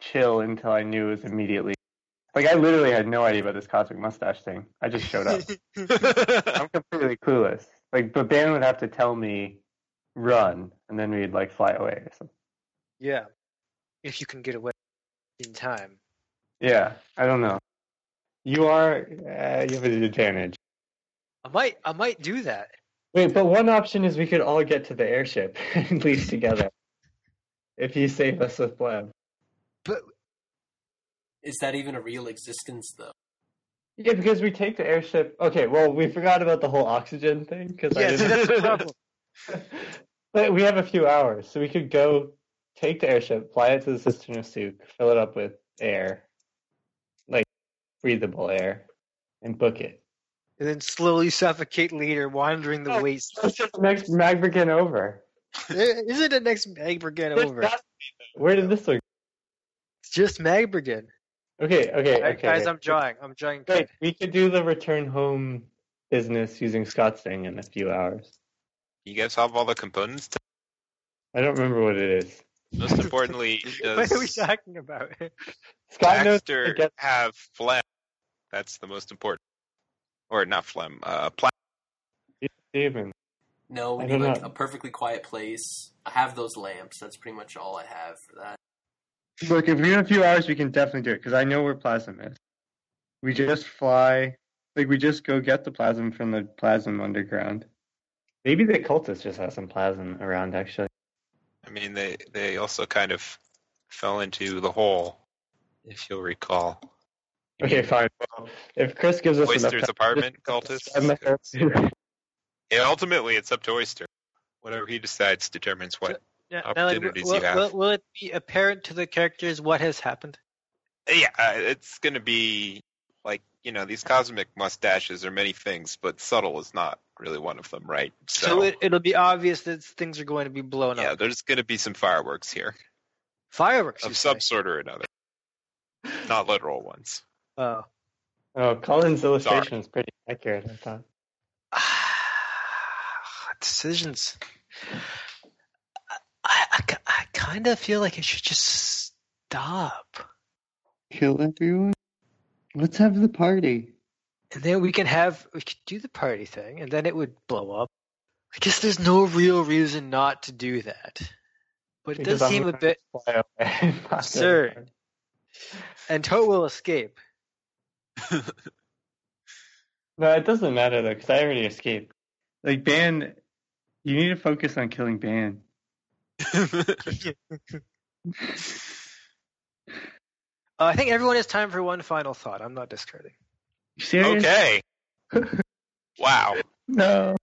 S3: chill until I knew it was immediately. Like I literally had no idea about this cosmic mustache thing. I just showed up. [LAUGHS] I'm completely clueless. Like, but Ben would have to tell me, run, and then we'd like fly away or something.
S2: [LAUGHS] Yeah, if you can get away in time.
S3: Yeah, I don't know. You are uh, you have an advantage.
S2: I might I might do that.
S3: Wait, but one option is we could all get to the airship [LAUGHS] and leave together. If you save us with Blab.
S1: Is that even a real existence, though?
S3: Yeah, because we take the airship. Okay, well, we forgot about the whole oxygen thing because
S2: Yeah, see, that's the problem.
S3: but we have a few hours, so we could go take the airship, fly it to the cistern of Souk, fill it up with air, like breathable air, and book it.
S2: and then slowly suffocate later, wandering the
S3: Yeah. [LAUGHS]
S2: wastes.
S3: That's just next Magbrigan over.
S2: Is it the next [LAUGHS] Magbergen over?
S3: Where did this one?
S2: It's just Magbergen.
S3: Okay, okay,
S2: Alright,
S3: okay.
S2: guys, I'm drawing. I'm drawing.
S3: Wait, we could do the return home business using Scott's thing in a few hours.
S4: you guys have all the components. To,
S3: I don't remember what it is.
S2: [LAUGHS]
S4: most importantly, does
S2: What are we talking about? [LAUGHS]
S3: Scott knows.
S4: Baxter
S3: I guess-
S4: have phlegm? That's the most important. Or not phlegm. Uh, pla-
S3: Steven.
S1: No, we
S3: I
S1: need
S3: don't
S1: like
S3: know.
S1: a perfectly quiet place. I have those lamps. That's pretty much all I have for that.
S10: Look, if we have a few hours, we can definitely do it because I know where plasm is. We just fly, like we just go get the plasm from the plasm underground.
S3: Maybe the cultist just has some plasm around, actually.
S4: I mean, they they also kind of fell into the hole, if you'll recall.
S3: Okay, fine. Well, if Chris gives us enough
S4: Oyster's
S3: time,
S4: apartment,
S3: I'm
S4: cultists.
S3: not sure.
S4: [LAUGHS] And ultimately, it's up to Oyster. Whatever he decides determines what.
S2: Now,
S4: Opportunities
S2: will,
S4: you have.
S2: Will, will it be apparent to the characters what has happened?
S4: Yeah, uh, it's going to be like you know these cosmic mustaches are many things, but subtle is not really one of them, right? So,
S2: So, it, it'll be obvious that things are going to be blown
S4: yeah,
S2: up.
S4: there's going to be some fireworks here
S2: Fireworks. you
S4: of
S2: say?
S4: some sort or another, not literal ones.
S2: Oh. [SIGHS]
S3: Oh, Colin's illustration is pretty accurate, I thought.
S2: Decisions. I, I, ki- I kind of feel like it should just stop.
S10: Kill everyone. Let's have the party.
S2: and then we can have we could do the party thing and then it would blow up i guess there's no real reason not to do that but it
S3: Because
S2: does
S3: I'm
S2: seem a
S3: gonna
S2: bit
S3: fly away [LAUGHS] and not go to
S2: Sir.
S3: the party.
S2: and tote will [LAUGHS] escape
S3: No, it doesn't matter though, because I already escaped.
S10: Like Ban, you need to focus on killing Ban.
S2: uh, i think everyone has time for one final thought i'm not discarding
S10: You serious?
S2: [LAUGHS]
S4: okay. wow.
S10: No.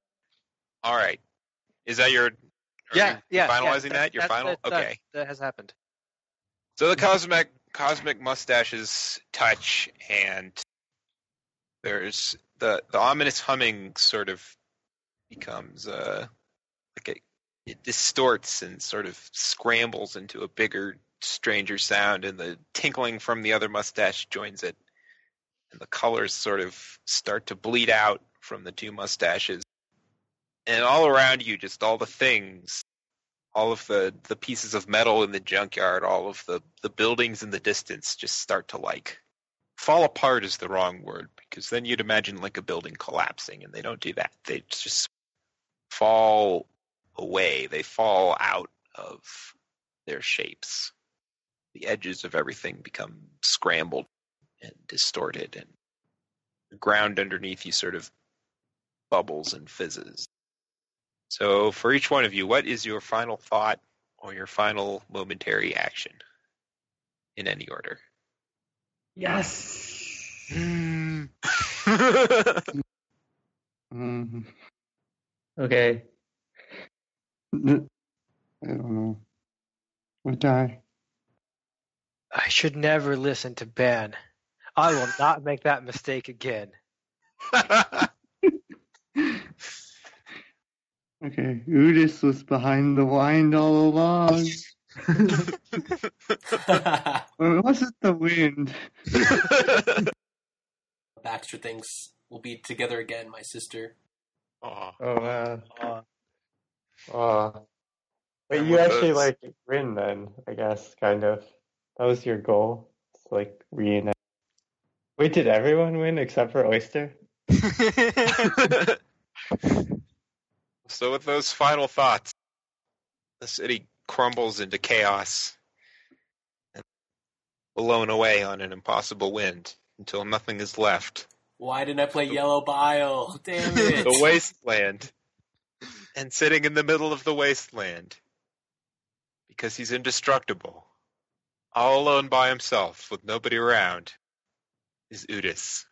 S4: All right. Is that your? are
S2: yeah
S4: you
S2: yeah
S4: Finalizing
S2: yeah,
S4: that, your
S2: that's-
S4: final.
S2: that's- uh,
S4: okay.
S2: that has happened
S4: So the cosmic cosmic mustaches touch, and there's the the ominous humming sort of becomes uh like a, it distorts and sort of scrambles into a bigger, stranger sound, and the tinkling from the other mustache joins it, and the colors sort of start to bleed out from the two mustaches, and all around you, just all the things all of the, the pieces of metal in the junkyard, all of the, the buildings in the distance just start to like fall apart is the wrong word because then you'd imagine like a building collapsing and they don't do that. They just fall away. They fall out of their shapes. The edges of everything become scrambled and distorted and the ground underneath you sort of bubbles and fizzes. So, for each one of you, what is your final thought or your final momentary action? in any order.
S5: Yes.
S11: Mm,
S3: Okay.
S11: I don't know. I die. [LAUGHS]
S2: I should never listen to Ben. I will not make that mistake again.
S11: Okay, Udis was behind the wind all along.
S4: [LAUGHS]
S11: or was it the wind?
S1: Baxter thinks we'll be together again, my sister.
S4: Aw. [LAUGHS]
S3: Oh wow.
S2: Uh,
S3: Oh. But
S4: And
S3: you
S4: with
S3: actually
S4: those-
S3: like win then, I guess, kind of. That was your goal. It's like reenact. Wait, did everyone win except for Oyster?
S4: so, with those final thoughts, the city crumbles into chaos, and blown away on an impossible wind until nothing is left.
S1: Why didn't I play Yellow Bile?
S4: [LAUGHS]
S1: Damn it.
S4: the wasteland. And sitting in the middle of the wasteland, because he's indestructible, all alone by himself with nobody around, is Udis.